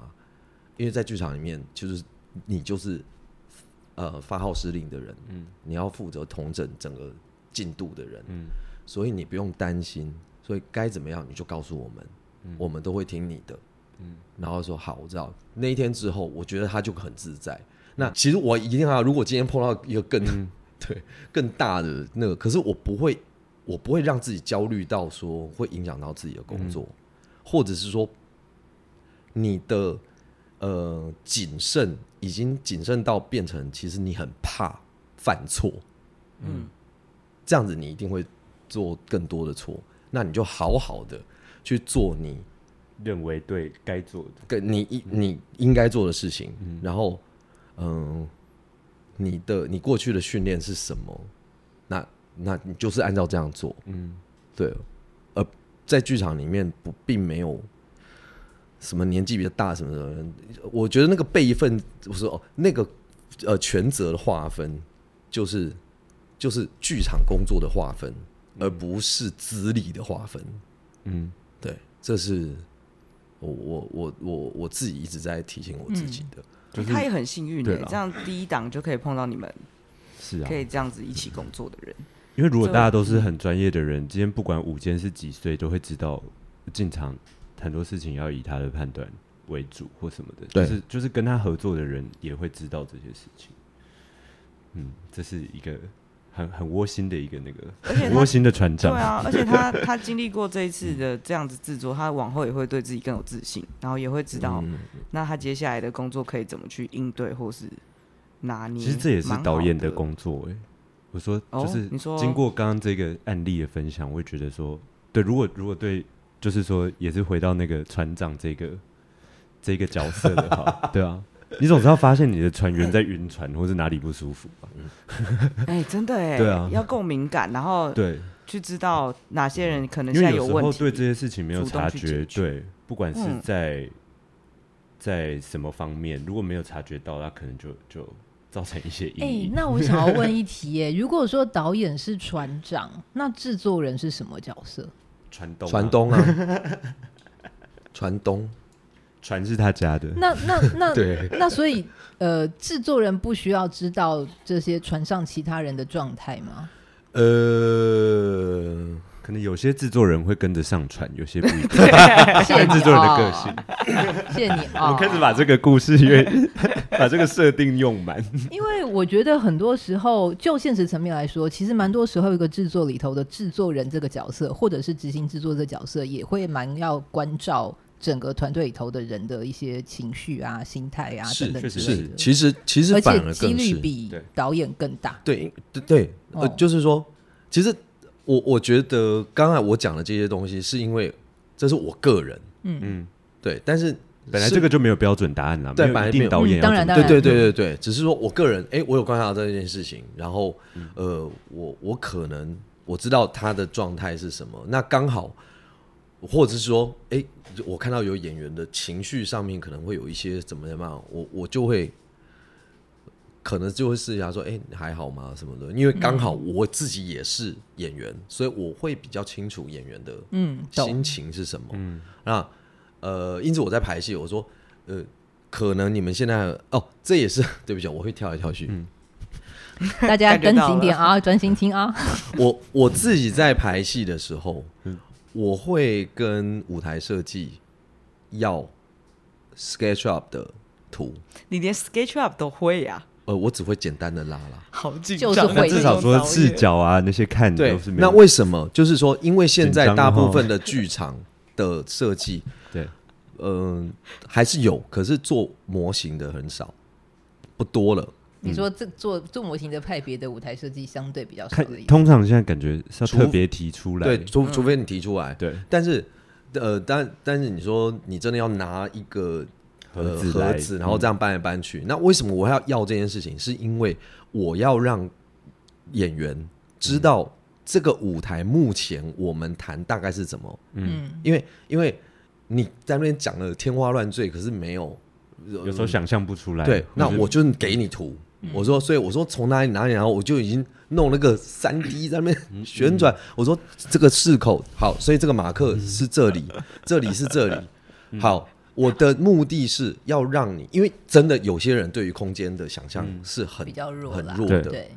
[SPEAKER 3] 因为在剧场里面，就是你就是呃发号施令的人，嗯，你要负责统整整个进度的人，嗯，所以你不用担心，所以该怎么样你就告诉我们，我们都会听你的，嗯，然后说好，我知道。那一天之后，我觉得他就很自在。那其实我一定要，如果今天碰到一个更、 对更大的那个，可是我不会，我不会让自己焦虑到说会影响到自己的工作，或者是说你的呃谨慎已经谨慎到变成其实你很怕犯错，
[SPEAKER 4] 嗯，
[SPEAKER 3] 这样子你一定会做更多的错，那你就好好的去做你
[SPEAKER 1] 认为对该做的，
[SPEAKER 3] 跟你应你应该做的事情，然后嗯，你的你过去的训练是什么？那那你就是按照这样做，
[SPEAKER 1] 嗯，
[SPEAKER 3] 对。而在剧场里面不并没有什么年纪比较大什么的人，我觉得那个辈分不是哦，那个呃权责的划分就是就是剧场工作的划分，而不是资历的划分。
[SPEAKER 1] 嗯，
[SPEAKER 3] 对，这是我我我我我自己一直在提醒我自
[SPEAKER 2] 嗯
[SPEAKER 3] 己的。
[SPEAKER 1] 就是
[SPEAKER 4] 他也很幸运
[SPEAKER 1] 对
[SPEAKER 4] 的
[SPEAKER 1] 啦，
[SPEAKER 4] 这样第一档就可以碰到你们
[SPEAKER 1] 是啊
[SPEAKER 4] 可，以这样子一起工作的人，
[SPEAKER 1] 因为如果大家都是很专业的人，今天不管午间是几岁，都会知道进场很多事情要以他的判断为主或什么的，
[SPEAKER 3] 对
[SPEAKER 1] 就是就是跟他合作的人也会知道这些事情。嗯，这是一个很很窝心的一个那个
[SPEAKER 4] 而且
[SPEAKER 1] 很
[SPEAKER 4] 他
[SPEAKER 1] 窝心的船
[SPEAKER 4] 对
[SPEAKER 1] 长，
[SPEAKER 4] 啊，而且他他经历过这一
[SPEAKER 1] 嗯
[SPEAKER 4] 次的这样子制作，他往后也会对自己更有自信，然后也会知道
[SPEAKER 3] 嗯
[SPEAKER 4] 那他接下来的工作可以怎么去应对或是拿捏。
[SPEAKER 1] 其实这也是
[SPEAKER 4] 蛮好
[SPEAKER 1] 导演的
[SPEAKER 4] 的
[SPEAKER 1] 工作诶、我说，
[SPEAKER 4] 哦
[SPEAKER 1] 就是
[SPEAKER 4] 你说
[SPEAKER 1] 经过刚刚这个案例的分享，我会觉得说，对，如果如果对，就是说也是回到那个船长这个这个角色的 话，对啊，你总是要发现你的船员在晕船或是哪里不舒服吧？
[SPEAKER 4] 哎、真的哎、
[SPEAKER 1] 对啊
[SPEAKER 4] 要够敏感，然后
[SPEAKER 1] 对，
[SPEAKER 4] 去知道哪些人可能
[SPEAKER 1] 因
[SPEAKER 4] 呃现在
[SPEAKER 1] 为有时
[SPEAKER 4] 问
[SPEAKER 1] 候
[SPEAKER 4] 题。
[SPEAKER 1] 对这些事情没有
[SPEAKER 4] 主动
[SPEAKER 1] 察
[SPEAKER 4] 去
[SPEAKER 1] 觉，
[SPEAKER 4] 解决
[SPEAKER 1] 对，不管是
[SPEAKER 4] 嗯
[SPEAKER 1] 在、在什么方面，如果没有察觉到，他可能就就造成一些
[SPEAKER 2] 哎、
[SPEAKER 1] 阴影。
[SPEAKER 2] 那我想要问一 题耶，如果说导演是船长，那制作人是什么角色？
[SPEAKER 1] 船东、
[SPEAKER 3] 船，东啊， 船东，
[SPEAKER 1] 船是他家的，
[SPEAKER 2] 那那那
[SPEAKER 3] 对，
[SPEAKER 2] 那所以呃，制作人不需要知道这些船上其他人的状态吗？
[SPEAKER 3] 呃，
[SPEAKER 1] 可能有些制作人会跟着上传，有些不 一
[SPEAKER 3] 啊
[SPEAKER 1] 定。
[SPEAKER 2] 谢谢你
[SPEAKER 1] 制作人的个
[SPEAKER 2] 哦
[SPEAKER 1] 性，
[SPEAKER 2] 谢谢你
[SPEAKER 1] 我
[SPEAKER 3] 哦
[SPEAKER 2] 啊！
[SPEAKER 1] 们开始把这个故事 越把这个设定用满。
[SPEAKER 2] 因为我觉得很多时候，就现实层面来说，其实蛮多时候，一个制作里头的制作人这个角色，或者是执行制作这个角色，也会蛮要关照整个团队里头的人的一些情绪啊、心态啊
[SPEAKER 3] 是
[SPEAKER 2] 等等
[SPEAKER 1] 确
[SPEAKER 2] 之
[SPEAKER 1] 实
[SPEAKER 2] 类
[SPEAKER 3] 是
[SPEAKER 2] 的，
[SPEAKER 3] 其实其实
[SPEAKER 2] 而
[SPEAKER 3] 反
[SPEAKER 2] 且
[SPEAKER 3] 而
[SPEAKER 2] 几
[SPEAKER 3] 更
[SPEAKER 2] 率
[SPEAKER 3] 是
[SPEAKER 2] 比
[SPEAKER 1] 对
[SPEAKER 2] 导演更大。
[SPEAKER 3] 对对对，呃
[SPEAKER 2] 哦，
[SPEAKER 3] 就是说，其实我我觉得刚才我讲的这些东西，是因为这是我个人，
[SPEAKER 1] 嗯，
[SPEAKER 3] 对，但是
[SPEAKER 1] 本来
[SPEAKER 3] 是
[SPEAKER 1] 这个就没有标准答案啦，
[SPEAKER 3] 对
[SPEAKER 1] 没
[SPEAKER 3] 本
[SPEAKER 1] 有
[SPEAKER 3] 来
[SPEAKER 1] 一
[SPEAKER 3] 没
[SPEAKER 1] 定
[SPEAKER 3] 有
[SPEAKER 1] 导演
[SPEAKER 2] 嗯
[SPEAKER 1] 要
[SPEAKER 2] 当
[SPEAKER 1] 怎
[SPEAKER 2] 然
[SPEAKER 1] 么
[SPEAKER 3] 对
[SPEAKER 1] 做
[SPEAKER 3] 对对对对，只是说我个人，哎、我有观察到这件事情，然后呃，我我可能我知道他的状态是什么，那刚好，或者是说，哎、我看到有演员的情绪上面可能会有一些怎么样嘛，我我就会。可能就会试一下说，哎、你还好吗？什么的，因为刚好
[SPEAKER 2] 嗯
[SPEAKER 3] 我自己也是演员，所以我会比较清楚演员的
[SPEAKER 2] 嗯，懂。
[SPEAKER 3] 心情是什么。
[SPEAKER 1] 嗯
[SPEAKER 3] 那呃，因此我在排戏，我说呃，可能你们现在哦，这也是 对不起，我会跳来跳去。
[SPEAKER 1] 嗯
[SPEAKER 2] 大家
[SPEAKER 4] 感觉
[SPEAKER 2] 跟
[SPEAKER 4] 到
[SPEAKER 2] 紧点啊，专心听啊。
[SPEAKER 3] 嗯我我自己在排戏的时候，
[SPEAKER 1] 嗯
[SPEAKER 3] 我会跟舞台设计要 SketchUp 的图，
[SPEAKER 4] 你连 SketchUp 都会呀、
[SPEAKER 3] 呃，我只会简单的拉啦。
[SPEAKER 4] 好紧
[SPEAKER 2] 就
[SPEAKER 4] 张，
[SPEAKER 2] 是
[SPEAKER 4] 那
[SPEAKER 2] 会
[SPEAKER 1] 至少说视角啊那些看
[SPEAKER 3] 对
[SPEAKER 1] 都是，没
[SPEAKER 3] 那
[SPEAKER 1] 有
[SPEAKER 3] 为什么？就是说，因为现
[SPEAKER 1] 紧
[SPEAKER 3] 在
[SPEAKER 1] 张
[SPEAKER 3] 大部
[SPEAKER 1] 哦
[SPEAKER 3] 分的剧场的设计，
[SPEAKER 1] 对
[SPEAKER 3] 嗯、还是有，可是做模型的很少，不多了。
[SPEAKER 2] 你说这做做模型的派别的舞台设计相对比较少
[SPEAKER 1] 看
[SPEAKER 2] 的一点，
[SPEAKER 1] 通常现在感觉是要
[SPEAKER 3] 除
[SPEAKER 1] 特别提出来，
[SPEAKER 3] 对，除除非你提出来，
[SPEAKER 1] 对
[SPEAKER 3] 但是呃，但但是你说你真的要拿一个
[SPEAKER 1] 盒子
[SPEAKER 3] 呃、
[SPEAKER 1] 来嗯
[SPEAKER 3] 盒子，然后这样搬来搬去，那为什么我要要这件事情？是因为我要让演员知道这个舞台目前我们谈大概是怎么，
[SPEAKER 2] 嗯，
[SPEAKER 3] 因为因为你在那边讲的天花乱坠，可是没有
[SPEAKER 1] 有时候想象不出来。
[SPEAKER 3] 对，哎那
[SPEAKER 1] 或者
[SPEAKER 3] 我就嗯给你图。我说，所以我说从哪里哪里，然后我就已经弄那个三 D 在那边旋转。我说这个四口好，所以这个马克是这 里，这里是这里。好，我的目的是要让你，因为真的有些人对于空间的想象是很
[SPEAKER 2] 比较弱
[SPEAKER 3] 很
[SPEAKER 2] 啦
[SPEAKER 3] 弱
[SPEAKER 1] 对
[SPEAKER 3] 的。
[SPEAKER 2] 对，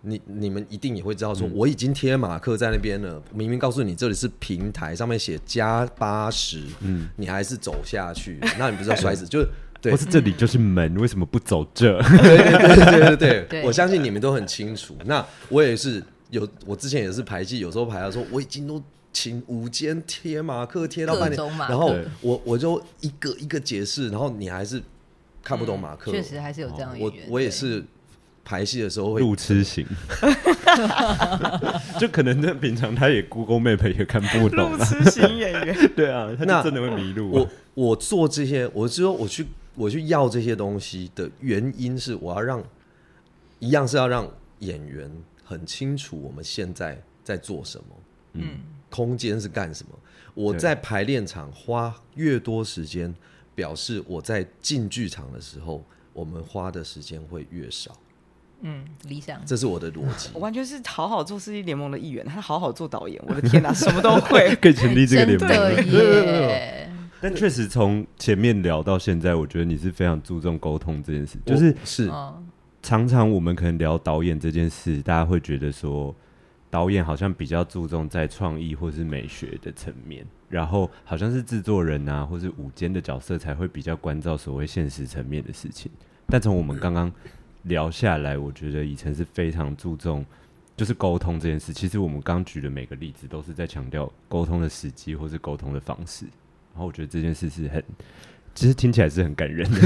[SPEAKER 3] 你你们一定也会知道，说我已经贴马克在那边了，明明告诉你这里是平台，上面写加八十，嗯，你还是走下去，那你不是要摔 死？就是对
[SPEAKER 1] 或，是这里就是门，为什么不走这？
[SPEAKER 3] 对对对对对对，
[SPEAKER 2] 对
[SPEAKER 3] 我相信你们都很清楚。那我也是有，我之前也是排戏，有时候排到说我已经都请五间贴马克贴到半
[SPEAKER 2] 各
[SPEAKER 3] 年
[SPEAKER 2] 种马，克
[SPEAKER 3] 然后
[SPEAKER 1] 对
[SPEAKER 3] 我我就一个一个解释，然后你还是看不懂马克。
[SPEAKER 2] 确实还是有这样的
[SPEAKER 4] 哦
[SPEAKER 2] 演
[SPEAKER 3] 我
[SPEAKER 2] 员。
[SPEAKER 3] 我也
[SPEAKER 2] 对，
[SPEAKER 3] 是排戏的时 候会
[SPEAKER 1] 路痴 型， 就可能那平常他也 Google Map 也看不懂
[SPEAKER 4] 路
[SPEAKER 1] 啊。
[SPEAKER 4] 痴型演员，
[SPEAKER 1] 对啊，他
[SPEAKER 3] 那
[SPEAKER 1] 就真的会迷路啊、
[SPEAKER 3] 我我做这些，我是说我去我去要这些东西的原因是，我要让一样是要让演员很清楚我们现在在做什么，
[SPEAKER 2] 嗯，
[SPEAKER 3] 空间是干什么。我
[SPEAKER 1] 对
[SPEAKER 3] 在排练场花越多时间，表示我在进剧场的时候，我们花的时间会越少。
[SPEAKER 2] 嗯，理想。
[SPEAKER 3] 这是我的逻辑
[SPEAKER 4] 我。完全是好好做世纪联盟的一员，他好好做导演，我的 天哪、什么都会
[SPEAKER 1] 。可以成立这个联盟
[SPEAKER 2] 真的
[SPEAKER 1] 了。
[SPEAKER 2] 耶，
[SPEAKER 1] 但确实从前面聊到现在，我觉得你是非常注重沟通这件事，就
[SPEAKER 3] 我
[SPEAKER 1] 是
[SPEAKER 3] 是
[SPEAKER 2] 嗯，
[SPEAKER 1] 常常我们可能聊导演这件事，大家会觉得说，导演好像比较注重在创意或是美学的层面，然后好像是制作人啊，或是舞间的角色才会比较关照所谓现实层面的事情。但从我们刚刚聊下来，我觉得以晨是非常注重就是沟通这件事。其实我们刚举的每个例子都是在强调沟通的时机或是沟通的方式，然后我觉得这件事是很。其实听起来是很感人的，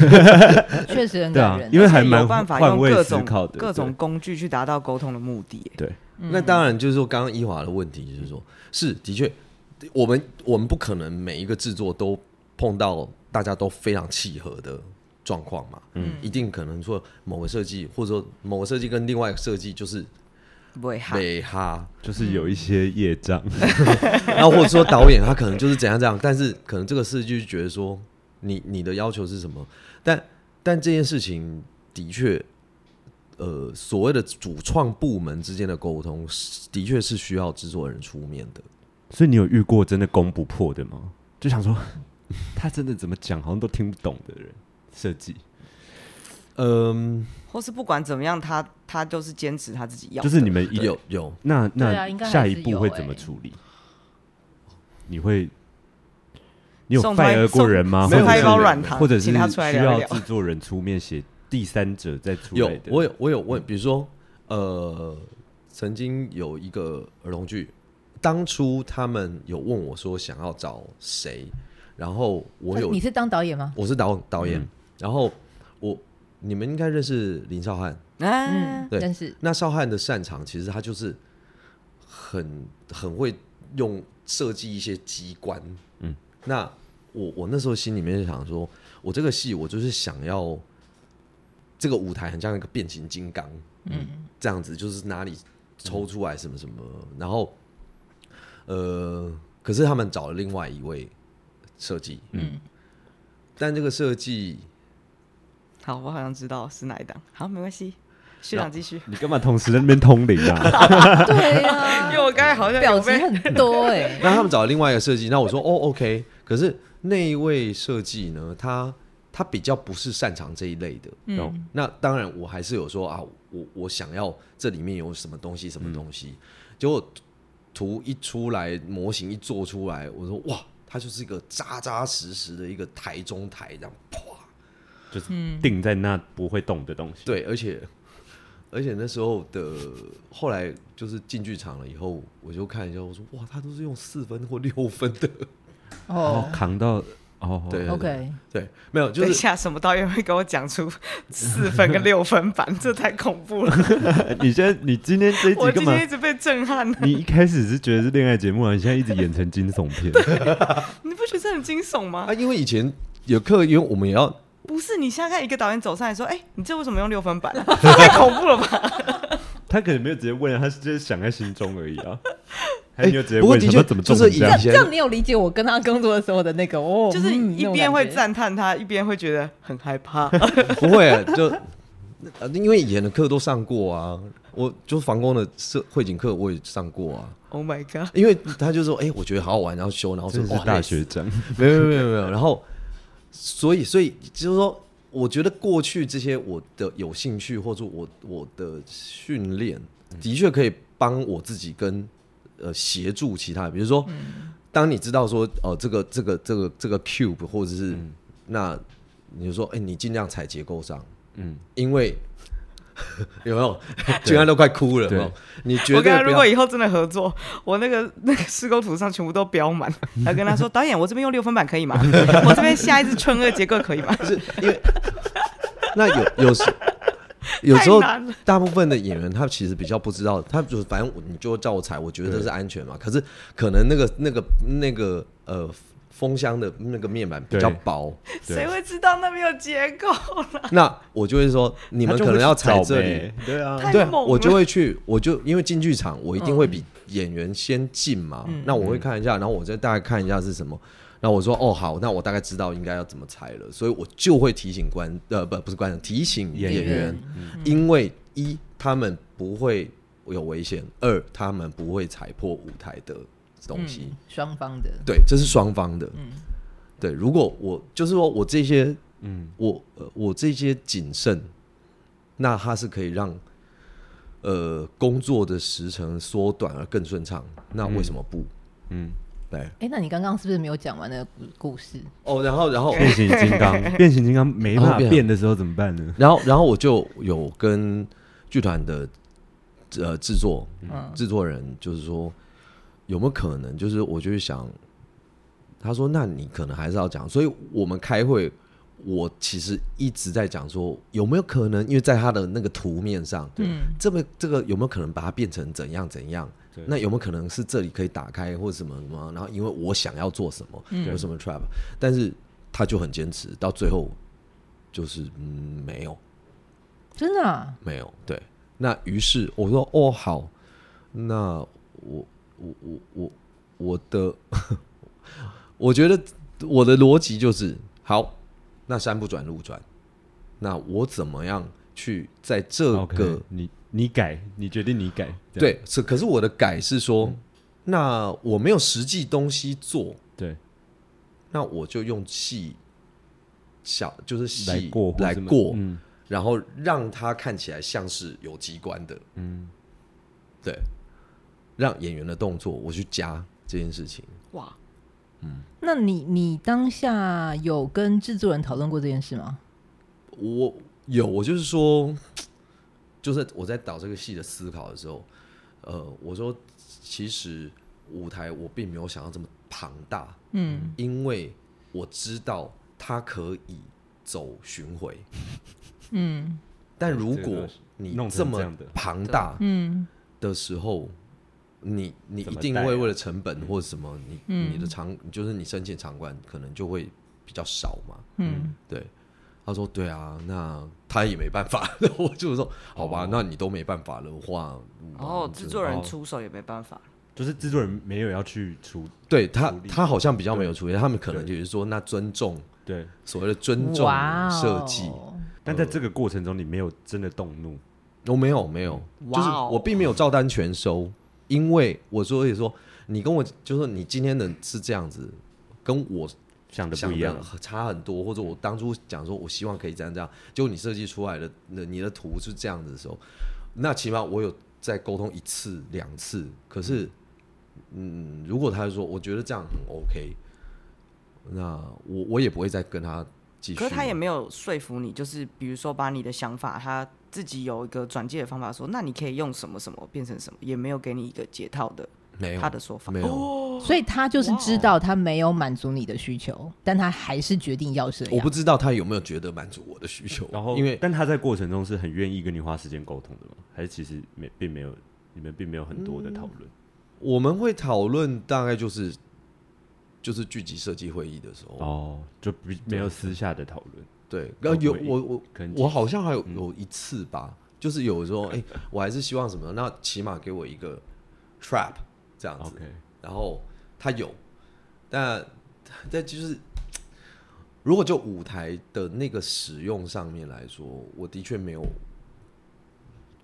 [SPEAKER 2] 确实很
[SPEAKER 1] 对啊
[SPEAKER 2] 感人，啊。
[SPEAKER 1] 因为还
[SPEAKER 4] 有
[SPEAKER 1] 蛮
[SPEAKER 4] 办法
[SPEAKER 1] 换
[SPEAKER 4] 用
[SPEAKER 1] 位
[SPEAKER 4] 各
[SPEAKER 1] 思
[SPEAKER 4] 种
[SPEAKER 1] 考的，
[SPEAKER 4] 各
[SPEAKER 1] 对
[SPEAKER 4] 种工具去达到沟通的目的。
[SPEAKER 1] 对，
[SPEAKER 3] 那当然就是说，刚刚一华的问题就是说，是的确，我们我们不可能每一个制作都碰到大家都非常契合的状况嘛，嗯，一定可能说某个设计或者说某个设计跟另外一个设计就是
[SPEAKER 4] 不会哈，
[SPEAKER 3] 美哈，
[SPEAKER 1] 就是有一些业障，
[SPEAKER 3] 然后或者说导演他可能就是怎样怎样，但是可能这个设计就觉得说你你的要求是什么，但但这件事情的确。呃，所谓的主创部门之间的沟通，是的确是需要制作人出面的。
[SPEAKER 1] 所以你有遇过真的攻不破的吗？ 就想说他真的怎么讲，好像都听不懂的人设计，
[SPEAKER 3] 嗯，
[SPEAKER 4] 或是不管怎么样，他他就是坚持他自己要
[SPEAKER 1] 就
[SPEAKER 4] 的。
[SPEAKER 1] 是你们一
[SPEAKER 3] 有有，
[SPEAKER 1] 那
[SPEAKER 2] 对啊
[SPEAKER 1] 那
[SPEAKER 2] 应该还
[SPEAKER 1] 下
[SPEAKER 2] 是
[SPEAKER 1] 一步
[SPEAKER 2] 有
[SPEAKER 1] 会
[SPEAKER 2] 欸
[SPEAKER 1] 怎么处理？你会你有
[SPEAKER 4] 送他
[SPEAKER 1] fire 过人吗？
[SPEAKER 4] 送送
[SPEAKER 1] 或者
[SPEAKER 4] 他
[SPEAKER 1] 是
[SPEAKER 4] 一包软糖，
[SPEAKER 1] 或者是
[SPEAKER 4] 请他出来
[SPEAKER 1] 需
[SPEAKER 4] 聊
[SPEAKER 1] 要
[SPEAKER 4] 聊
[SPEAKER 1] 制。作人出面写第三者再出
[SPEAKER 3] 有
[SPEAKER 1] 来的？
[SPEAKER 3] 我有我有问，比如说呃，曾经有一个儿童剧，当初他们有问我说想要找谁，然后我有
[SPEAKER 2] 你是当导演吗？
[SPEAKER 3] 我是导导演，
[SPEAKER 1] 嗯
[SPEAKER 3] 然后我你们应该认识林少汉，
[SPEAKER 4] 嗯，
[SPEAKER 3] 对
[SPEAKER 2] 但是
[SPEAKER 3] 那少汉的擅长其实他就是很很会用设计一些机关，
[SPEAKER 1] 嗯，
[SPEAKER 3] 那我我那时候心里面就想说，我这个戏我就是想要这个舞台很像一个变形金刚，
[SPEAKER 2] 嗯，
[SPEAKER 3] 这样子，就是哪里抽出来什么什么，然后呃，可是他们找了另外一位设计，
[SPEAKER 2] 嗯，
[SPEAKER 3] 但这个设计
[SPEAKER 4] 好，我好像知道是哪一档。好，没关系，续档继 续。
[SPEAKER 1] 你干嘛同时在那边通灵 啊？
[SPEAKER 2] 对
[SPEAKER 4] 因
[SPEAKER 2] 啊，
[SPEAKER 4] 为我刚才好像
[SPEAKER 2] 表
[SPEAKER 4] 有
[SPEAKER 2] 情
[SPEAKER 4] 被
[SPEAKER 2] 很多 哎，
[SPEAKER 3] 那他们找了另外一个设计，那我说哦，OK。可是那一位设计呢，他他比较不是擅长这一类的。
[SPEAKER 1] 懂
[SPEAKER 2] 嗯，
[SPEAKER 3] 那当然，我还是有说啊，我我想要这里面有什么东西，什么东西。结果图一出来，模型一做出来，我说哇，它就是一个扎扎实实的一个台中台这样。啪
[SPEAKER 4] 嗯
[SPEAKER 1] 就是定在那不会动的东西。
[SPEAKER 3] 对，而且而且那时候的后来就是进剧场了以后，我就看一下，我说哇，他都是用四分或六分的。
[SPEAKER 1] 哦，
[SPEAKER 2] 哦
[SPEAKER 1] 扛到哦，
[SPEAKER 3] 对
[SPEAKER 2] ，OK，
[SPEAKER 3] 对，没有，就
[SPEAKER 4] 等一
[SPEAKER 3] 是
[SPEAKER 4] 下，什么导演会给我讲出四分跟六分版？这太恐怖了！
[SPEAKER 1] 哎你现在你今天这一
[SPEAKER 4] 我
[SPEAKER 1] 集干
[SPEAKER 4] 今
[SPEAKER 1] 嘛
[SPEAKER 4] 天一？直被震撼。
[SPEAKER 1] 你一开始是觉得是恋爱节目啊，你现在一直演成惊悚片。
[SPEAKER 4] 你不觉得这很惊悚吗
[SPEAKER 3] 啊，？因为以前有课，因为我们也要
[SPEAKER 4] 不是，你现在看一个导演走上来说：“哎、你这为什么用六分版、啊？太恐怖了吧
[SPEAKER 1] 他可能没有直接问啊，他是就是想在心中而已 啊。还
[SPEAKER 3] 哎
[SPEAKER 1] 没有直接
[SPEAKER 3] 不过
[SPEAKER 1] 问
[SPEAKER 3] 的
[SPEAKER 1] 什
[SPEAKER 3] 确
[SPEAKER 1] 么怎么
[SPEAKER 3] 就
[SPEAKER 1] 中
[SPEAKER 3] 是
[SPEAKER 1] 成
[SPEAKER 3] 以
[SPEAKER 1] 这样？
[SPEAKER 3] 前
[SPEAKER 2] 这样你有理解我跟他工作的时候的那个哦？”，
[SPEAKER 4] 就是
[SPEAKER 2] 嗯
[SPEAKER 4] 一边会，
[SPEAKER 2] 那种感觉
[SPEAKER 4] 赞叹他，一边会觉得很害怕。
[SPEAKER 3] 不会 啊就呃因为以前的课都上过啊，我就防工的社会警课我也上过啊，
[SPEAKER 4] oh my god！
[SPEAKER 3] 因为他就说哎、我觉得好好玩，然后修，然后说
[SPEAKER 1] 真的
[SPEAKER 3] 哇
[SPEAKER 1] 是大
[SPEAKER 3] 累死
[SPEAKER 1] 学长，
[SPEAKER 3] 没有没有没有没有，然后所以所以就是说，我觉得过去这些我的有兴趣或者我我的训练，
[SPEAKER 1] 嗯
[SPEAKER 3] 的确可以帮我自己跟呃协助其他人，比如说，
[SPEAKER 1] 嗯
[SPEAKER 3] 当你知道说哦、这个这个这个这个 cube 或者是、
[SPEAKER 1] 嗯
[SPEAKER 3] 那你就说哎、你尽量踩结构上，
[SPEAKER 1] 嗯，
[SPEAKER 3] 因为 有没 有？居然都快哭了，有没有
[SPEAKER 1] 对
[SPEAKER 3] 你觉
[SPEAKER 4] 我跟他
[SPEAKER 3] 得不
[SPEAKER 4] 如
[SPEAKER 3] 要
[SPEAKER 4] 果以后真的合作，我那个那个施工图上全部都标满，还跟他说：“导演，我这边用六分版可以吗？我这边下一支春二结构可以吗
[SPEAKER 3] 就是因为 那有有时有时候
[SPEAKER 4] 太难了
[SPEAKER 3] 大部分的演员他其实比较不知道，他就是反正我你就叫我踩，我觉得这是安全嘛。可是可能那个那个那个呃封箱的那个面板比较
[SPEAKER 1] 对
[SPEAKER 3] 薄，？”
[SPEAKER 1] 对
[SPEAKER 4] 谁会知道那边有结构？
[SPEAKER 3] 那我就会说 你们可能要踩这里。
[SPEAKER 1] 里，对啊，
[SPEAKER 4] 太
[SPEAKER 3] 对啊，
[SPEAKER 4] 猛了嗯
[SPEAKER 3] 我就会去，我就因为进剧场，我一定会比演员先进嘛。那我会看一下，然后我再大概看一下是什么。然后我说哦好，那我大概知道应该要怎么裁了，所以我就会提醒观呃不不是观众，提醒
[SPEAKER 1] 演
[SPEAKER 3] 演
[SPEAKER 1] 员
[SPEAKER 3] 员，
[SPEAKER 4] 嗯
[SPEAKER 3] 因为一他们不会有危险，二他们不会踩破舞台的东西。
[SPEAKER 2] 嗯双方的，
[SPEAKER 3] 对，这是双方的。对，如果我就是说我这些，
[SPEAKER 1] 嗯
[SPEAKER 3] 嗯，我呃我这些谨慎，那它是可以让呃工作的时程缩短而更顺畅。那为什么不？
[SPEAKER 1] 嗯，
[SPEAKER 3] 对，
[SPEAKER 2] 哎，那你刚刚是不是没有讲完那个故故事？
[SPEAKER 3] 哦，然后然后
[SPEAKER 1] 变形金 刚，变形金刚没办法
[SPEAKER 3] 哦变
[SPEAKER 1] 变的时候怎么办呢？
[SPEAKER 3] 然后然后我就有跟剧团的呃制作
[SPEAKER 2] 嗯
[SPEAKER 3] 制作人，就是说有没有可能，就是我就是想，他说那你可能还是要讲，所以我们开会，我其实一直在讲说有没有可能，因为在他的那个图面上，
[SPEAKER 2] 嗯
[SPEAKER 3] 这么这个有没有可能把它变成怎样怎样
[SPEAKER 1] 对？
[SPEAKER 3] 那有没有可能是这里可以打开或者什么什么？然后因为我想要做什么，
[SPEAKER 2] 嗯
[SPEAKER 3] 有什么 trap，但是他就很坚持，到最后就是嗯没有。
[SPEAKER 2] 真的啊，
[SPEAKER 3] 没有，对。那于是我说哦好，那我我我我我的， 我觉得我的逻辑就是好，那山不转路转，那我怎么样去在这
[SPEAKER 1] OK，
[SPEAKER 3] 个
[SPEAKER 1] 你你改，你决定你改，这样嗯
[SPEAKER 3] 对是？可是我的改是说，那我没有实际东西做，
[SPEAKER 1] 对，
[SPEAKER 3] 那我就用戏小就是
[SPEAKER 1] 来
[SPEAKER 3] 戏
[SPEAKER 1] 过或
[SPEAKER 3] 来
[SPEAKER 1] 什么
[SPEAKER 3] 过，
[SPEAKER 1] 嗯
[SPEAKER 3] 然后让它看起来像是有机关的，嗯，对，让演员的动作我去加这件事情。
[SPEAKER 4] 哇，
[SPEAKER 2] 那你你当下有跟制作人讨论过这件事吗？
[SPEAKER 3] 我有，我就是说，就是我在导这个戏的思考的时候，呃，我说其实舞台我并没有想要这么庞大，
[SPEAKER 2] 嗯，
[SPEAKER 3] 因为我知道它可以走巡回，
[SPEAKER 2] 嗯
[SPEAKER 3] 但
[SPEAKER 1] 对
[SPEAKER 3] 如
[SPEAKER 1] 这个
[SPEAKER 3] 果
[SPEAKER 1] 是
[SPEAKER 3] 你
[SPEAKER 1] 弄成
[SPEAKER 3] 这
[SPEAKER 1] 这
[SPEAKER 3] 么
[SPEAKER 1] 样的
[SPEAKER 3] 庞大
[SPEAKER 2] 嗯
[SPEAKER 3] 的时候，你你
[SPEAKER 1] 怎
[SPEAKER 3] 一
[SPEAKER 1] 么
[SPEAKER 3] 定
[SPEAKER 1] 带啊
[SPEAKER 3] 会为了成本或者什么，你、你的
[SPEAKER 2] 嗯
[SPEAKER 3] 场就是你申请场馆可能就会比较少嘛，
[SPEAKER 2] 嗯
[SPEAKER 3] 对，他说对啊，那他也没办法。 我就是说，好吧，那你都没办法的话，嗯
[SPEAKER 4] 哦，制作人
[SPEAKER 1] 哦
[SPEAKER 4] 出手也没办法，
[SPEAKER 1] 就是制作人没有要去处
[SPEAKER 3] 对他
[SPEAKER 1] 处理
[SPEAKER 3] 他好像比较没有出现，他们可能就
[SPEAKER 1] 对
[SPEAKER 3] 是说，那尊重
[SPEAKER 1] 对，
[SPEAKER 3] 所谓的嗯尊重
[SPEAKER 2] 哇
[SPEAKER 3] 设
[SPEAKER 2] 哦
[SPEAKER 3] 计，
[SPEAKER 1] 但
[SPEAKER 3] 呃
[SPEAKER 1] 在这个过程中，你没有真的动怒，
[SPEAKER 3] 我哦没有没有，就
[SPEAKER 4] 哇
[SPEAKER 3] 是
[SPEAKER 4] 哦
[SPEAKER 3] 我并没有照单全收，因为我所以说，你跟我就说你今天的是这样子，跟我
[SPEAKER 1] 想的
[SPEAKER 3] 想
[SPEAKER 1] 不一样
[SPEAKER 3] 的，差很多，或者我当初讲说我希望可以这样这样，结果你设计出来的那你的图是这样子的时候，那起码我有再沟通一次两次。可是，嗯，如果他说我觉得这样很 OK，那我我也不会再跟他继续。
[SPEAKER 4] 可是他也没有说服你，就是比如说把你的想法，他自己有一个转介的方法说那你可以用什么什么变成什么，也没有给你一个解套的
[SPEAKER 3] 没有
[SPEAKER 4] 他的说法。哦
[SPEAKER 3] 没有，
[SPEAKER 2] 所以他就是知道他没有满足你的需求，但他还是决定要这
[SPEAKER 3] 我不
[SPEAKER 2] 样。
[SPEAKER 3] 知道他有没有觉得满足我的需求。
[SPEAKER 1] 然后
[SPEAKER 3] 因为
[SPEAKER 1] 但他在过程中是很愿意跟你花时间沟通的吗？还是其实没并没有你们并没有很多的讨论？
[SPEAKER 3] 嗯我们会讨论大概就是就是聚集设计会议的时候，
[SPEAKER 1] 哦，就比没有私下的讨论，
[SPEAKER 3] 对，然后有
[SPEAKER 1] 会议
[SPEAKER 3] 我我
[SPEAKER 1] 可能
[SPEAKER 3] 我好像还有有一次吧，就是有时候哎、我还是希望什么，那起码给我一个 trap 这样子
[SPEAKER 1] OK，
[SPEAKER 3] 然后他有，但但就是如果就舞台的那个使用上面来说，我的确没有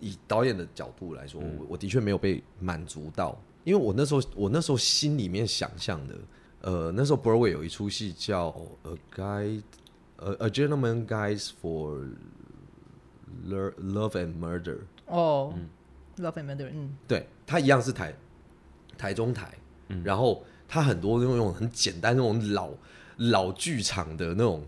[SPEAKER 3] 以导演的角度来说，我我的确没有被满足到，因为我那时候我那时候心里面想象的，呃，那时候 Broadway 有一出戏叫《A Guy》。呃，A Gentleman Guys for Lo- Love and Murder，
[SPEAKER 2] 哦，Love
[SPEAKER 3] 嗯
[SPEAKER 2] and Murder，嗯
[SPEAKER 3] 对，它一样是台台中台，然后它很多那种很简单那种老老剧场的那种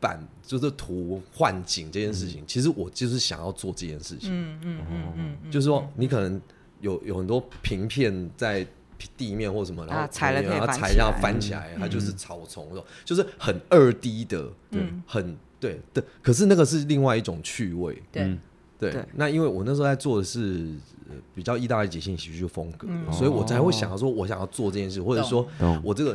[SPEAKER 3] 版，就是图幻景这件事情，其实我就是想要做这件事情，
[SPEAKER 2] 嗯嗯嗯嗯嗯，
[SPEAKER 3] 就是说你可能有有很多平片在。地面或什么，然后
[SPEAKER 4] 啊踩了可以
[SPEAKER 3] 然后
[SPEAKER 4] 翻
[SPEAKER 3] 踩一
[SPEAKER 4] 起
[SPEAKER 3] 下
[SPEAKER 4] 来
[SPEAKER 3] 翻起来，它就是草丛那种，就是很二 D 的，对，
[SPEAKER 4] 嗯
[SPEAKER 3] 很对对。可是那个是另外一种趣味，
[SPEAKER 2] 对
[SPEAKER 1] 嗯，
[SPEAKER 3] 对，
[SPEAKER 4] 对
[SPEAKER 3] 那因为我那时候在做的是、呃比较意大利即兴喜剧风格的，
[SPEAKER 2] 嗯
[SPEAKER 3] 所以我才会想要说，我想要做这件事，或者说
[SPEAKER 1] 懂
[SPEAKER 3] 我这个，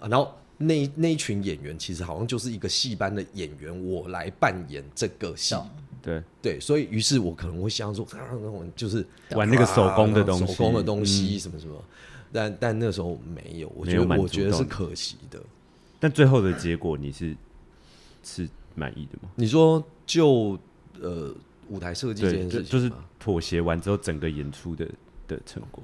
[SPEAKER 3] 啊然后那一那一群演员其实好像就是一个戏班的演员，我来扮演这个戏，
[SPEAKER 2] 懂
[SPEAKER 1] 对，
[SPEAKER 3] 对，所以于是我可能会想说，啊，那我就是啊
[SPEAKER 1] 玩那个手工的东西，嗯
[SPEAKER 3] 手工的东西什么什么，但但那时候没有，我
[SPEAKER 1] 没
[SPEAKER 3] 觉
[SPEAKER 1] 有满
[SPEAKER 3] 得
[SPEAKER 1] 足
[SPEAKER 3] 我觉得
[SPEAKER 1] 到
[SPEAKER 3] 是
[SPEAKER 1] 你
[SPEAKER 3] 可惜的。
[SPEAKER 1] 但最后的结果你是是满意的吗？
[SPEAKER 3] 你说就呃舞台设计这
[SPEAKER 1] 对，
[SPEAKER 3] 件
[SPEAKER 1] 就
[SPEAKER 3] 事情
[SPEAKER 1] 就是
[SPEAKER 3] 吗
[SPEAKER 1] 妥协完之后，整个演出的的成果，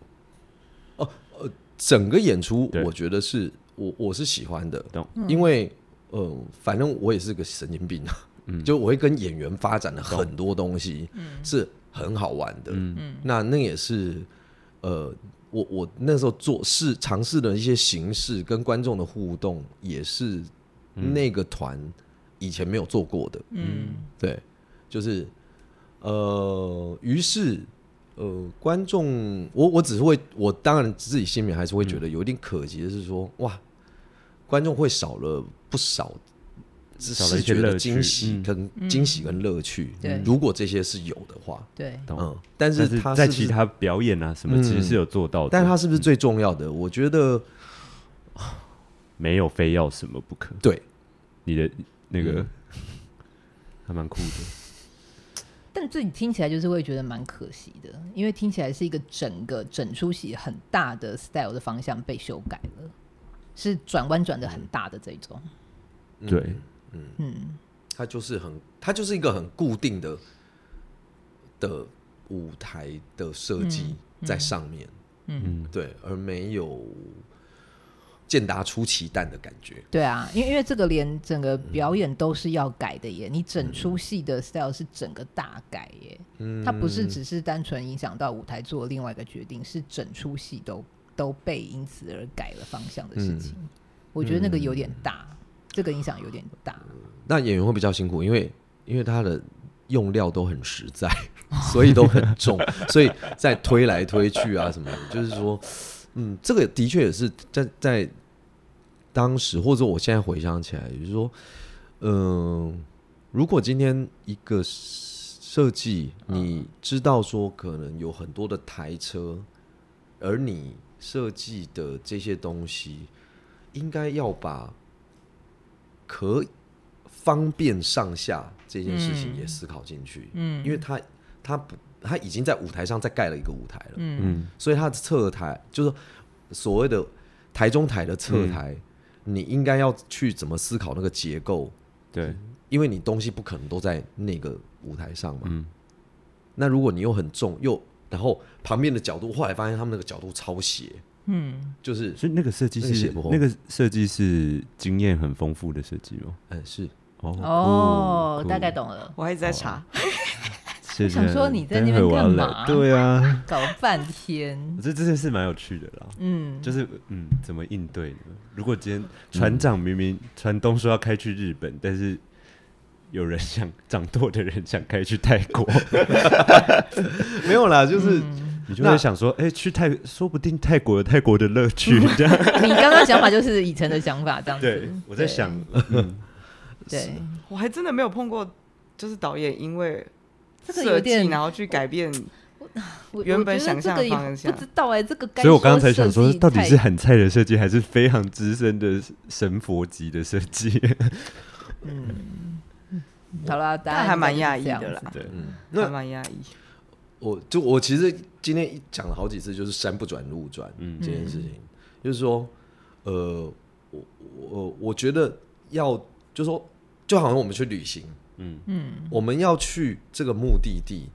[SPEAKER 3] 整个演出
[SPEAKER 1] 对，
[SPEAKER 3] 我觉得是我我是喜欢的
[SPEAKER 1] 懂，
[SPEAKER 3] 因为呃，反正我也是个神经病啊，
[SPEAKER 1] 嗯
[SPEAKER 3] 就我会跟演员发展了很多东西，是很好玩的。
[SPEAKER 1] 嗯
[SPEAKER 3] 那那也是呃，我我那时候做试尝试的一些形式跟观众的互动，也是
[SPEAKER 1] 嗯
[SPEAKER 3] 那个团以前没有做过的。
[SPEAKER 2] 嗯
[SPEAKER 3] 对，就是呃，于是呃，观众，我我只是会，我当然自己心里面还是会觉
[SPEAKER 1] 嗯
[SPEAKER 3] 得有一点可惜的是说，哇，观众会少了不少。
[SPEAKER 1] 少了一
[SPEAKER 3] 视
[SPEAKER 1] 些
[SPEAKER 3] 觉
[SPEAKER 1] 乐
[SPEAKER 3] 的
[SPEAKER 1] 趣
[SPEAKER 3] 惊喜
[SPEAKER 1] 嗯
[SPEAKER 3] 跟惊喜跟乐趣，
[SPEAKER 2] 对
[SPEAKER 3] 如果这些是有的话，
[SPEAKER 2] 对，
[SPEAKER 1] 懂
[SPEAKER 3] 嗯，
[SPEAKER 1] 但
[SPEAKER 3] 但是他
[SPEAKER 1] 在
[SPEAKER 3] 是不
[SPEAKER 1] 其
[SPEAKER 3] 是，
[SPEAKER 1] 他嗯表演啊什么，
[SPEAKER 3] 嗯
[SPEAKER 1] 其实是有做到的，
[SPEAKER 3] 但他是不是最重要的？我觉得
[SPEAKER 1] 没有非要什么不可。
[SPEAKER 3] 对，
[SPEAKER 1] 你的那个
[SPEAKER 3] 嗯
[SPEAKER 1] 还蛮酷的，
[SPEAKER 2] 但自己听起来就是会觉得蛮可惜的，因为听起来是一个整个整出戏很大的 style 的方向被修改了，是转弯转的很大的这种。
[SPEAKER 1] 对，
[SPEAKER 2] 嗯，
[SPEAKER 3] 它就是很，它就是一个很固定的的舞台的设计在上面，
[SPEAKER 2] 嗯
[SPEAKER 3] 对，而没有。健达出奇蛋的感觉。
[SPEAKER 2] 对啊，因为因为这个连整个表演都是要改的耶，你整出戏的 style 是整个大改耶，
[SPEAKER 1] 嗯
[SPEAKER 2] 它不是只是单纯影响到舞台做另外一个决定，是整出戏都都被因此而改了方向的事
[SPEAKER 1] 嗯
[SPEAKER 2] 情。我觉得那个有点大，这个影响有点大。
[SPEAKER 3] 那演员会比较辛苦，因为因为他的用料都很实在，所以都很重， 所以在推来推去啊什么的，就是说，嗯，这个的确也是在在当时或者我现在回想起来，就是说，嗯、如果今天一个设计，你知道说可能有很多的台车，而你设计的这些东西，应该要把可方便上下这件事情也思考进去，嗯，因为他他不他已经在舞台上再盖了一个舞台了，
[SPEAKER 1] 嗯
[SPEAKER 3] 所以他的侧台就是所谓的台中台的侧台，你应该要去怎么思考那个结构，
[SPEAKER 1] 对，
[SPEAKER 3] 因为你东西不可能都在那个舞台上嘛。
[SPEAKER 1] 嗯
[SPEAKER 3] 那如果你又很重，又然后旁边的角度，后来发现他们那个角度超斜，
[SPEAKER 2] 嗯，
[SPEAKER 3] 就是
[SPEAKER 1] 所以那个设计
[SPEAKER 3] 那个写
[SPEAKER 1] 是
[SPEAKER 3] 不红
[SPEAKER 1] 那个设计是经验很丰富的设计吗？
[SPEAKER 3] 嗯是
[SPEAKER 1] 哦
[SPEAKER 2] 哦，
[SPEAKER 1] 酷
[SPEAKER 2] 大概
[SPEAKER 1] 酷
[SPEAKER 2] 懂了，
[SPEAKER 4] 我还一直
[SPEAKER 3] 哦
[SPEAKER 4] 在查，
[SPEAKER 1] 谢谢
[SPEAKER 2] 我想说你在那边
[SPEAKER 1] 待会我要
[SPEAKER 2] 干
[SPEAKER 1] 来
[SPEAKER 2] 嘛
[SPEAKER 1] 对啊，
[SPEAKER 2] 搞了半天，
[SPEAKER 1] 哦这这件事蛮有趣的啦。
[SPEAKER 2] 嗯，
[SPEAKER 1] 就是嗯，怎么应对呢？如果今天船长明明船东说要开去日本，但是有人想掌舵的人想开去泰 国，
[SPEAKER 3] 没有啦，就是、
[SPEAKER 1] 你就会想说，哎、去泰，说不定泰国有泰国的乐 趣。这样，
[SPEAKER 2] 你刚刚想法就是以前的想法这样子。
[SPEAKER 1] 对我在想，嗯，
[SPEAKER 2] 对，对，
[SPEAKER 4] 我还真的没有碰过，就是导演因为
[SPEAKER 2] 这个有
[SPEAKER 4] 设
[SPEAKER 2] 点
[SPEAKER 4] 计然后去改变，
[SPEAKER 2] 我
[SPEAKER 4] 原本
[SPEAKER 2] 我觉得
[SPEAKER 4] 想象
[SPEAKER 2] 这个
[SPEAKER 4] 的
[SPEAKER 2] 也
[SPEAKER 4] 方向
[SPEAKER 2] 不知道哎、这个该
[SPEAKER 1] 所以我刚刚才想
[SPEAKER 2] 设
[SPEAKER 1] 说，
[SPEAKER 2] 计
[SPEAKER 1] 到底
[SPEAKER 2] 太
[SPEAKER 1] 是很菜的设计，还是非常资深的神佛级的设计？
[SPEAKER 2] 好啦，答
[SPEAKER 4] 但
[SPEAKER 2] 案
[SPEAKER 4] 还蛮
[SPEAKER 2] 应该
[SPEAKER 4] 讶
[SPEAKER 2] 是
[SPEAKER 4] 异
[SPEAKER 2] 这样
[SPEAKER 4] 的啦
[SPEAKER 2] 子，
[SPEAKER 1] 对，
[SPEAKER 3] 嗯，那
[SPEAKER 4] 还蛮讶异。
[SPEAKER 3] 我就我其实今天讲了好几次，就是山不转路转，嗯，这件事情，就是说，呃，我我我觉得要，就说，就好像我们去旅行，
[SPEAKER 1] 嗯
[SPEAKER 3] 嗯，我们要去这个目的地，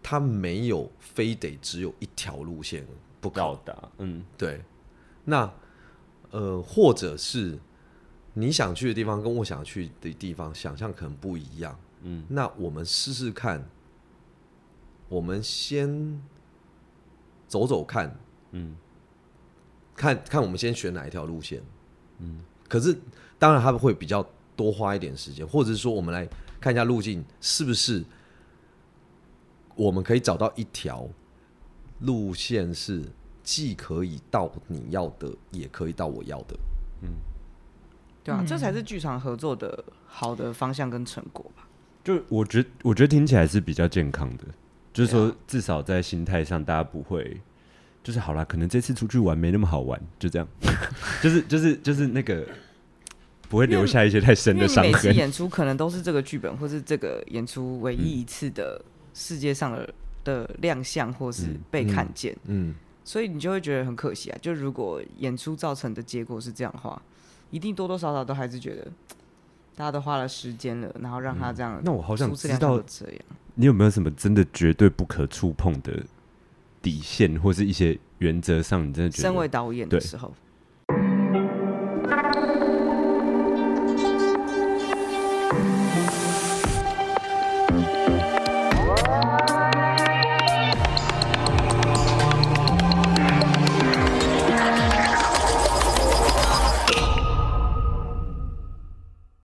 [SPEAKER 3] 它没有非得只有一条路线不可，
[SPEAKER 1] 到达，嗯，
[SPEAKER 3] 对，那呃，或者是你想去的地方跟我想去的地方想象可能不一样，
[SPEAKER 1] 嗯，
[SPEAKER 3] 那我们试试看，我们先走走看，
[SPEAKER 1] 嗯，
[SPEAKER 3] 看看我们先选哪一条路线，嗯，可是当然他们会比较多花一点时间，或者是说我们来看一下路径是不是我们可以找到一条路线是既可以到你要的，也可以到我要的。
[SPEAKER 4] 对啊，
[SPEAKER 2] 嗯
[SPEAKER 4] 这才是剧场合作的好的方向跟成果吧。
[SPEAKER 1] 就我觉我觉得听起来是比较健康的，就是
[SPEAKER 4] 对啊
[SPEAKER 1] 说至少在心态上大家不会，就是好啦，可能这次出去玩没那么好玩，就 这样，就是就是就是那个不会留下一些太深
[SPEAKER 4] 因
[SPEAKER 1] 的
[SPEAKER 4] 为你
[SPEAKER 1] 伤
[SPEAKER 4] 每 次
[SPEAKER 1] 痕。
[SPEAKER 4] 演出可能都是这个剧本或是这个演出唯
[SPEAKER 1] 嗯
[SPEAKER 4] 一一次的世界上的的亮相或是被看见，
[SPEAKER 3] 嗯，
[SPEAKER 4] 所以你就会觉得很可惜啊。就如果演出造成的结果是这样的话，一定多多少少都还是觉得。大家都花了时间了，然后让他这样、
[SPEAKER 1] 嗯那我好想
[SPEAKER 4] 初次
[SPEAKER 1] 知
[SPEAKER 4] 亮相
[SPEAKER 1] 道
[SPEAKER 4] 都这样。
[SPEAKER 1] 你有没有什么真的绝对不可触碰的底线，或是一些原则上你真的觉
[SPEAKER 4] 身
[SPEAKER 1] 得
[SPEAKER 4] 为导演的
[SPEAKER 1] 对
[SPEAKER 4] 时候，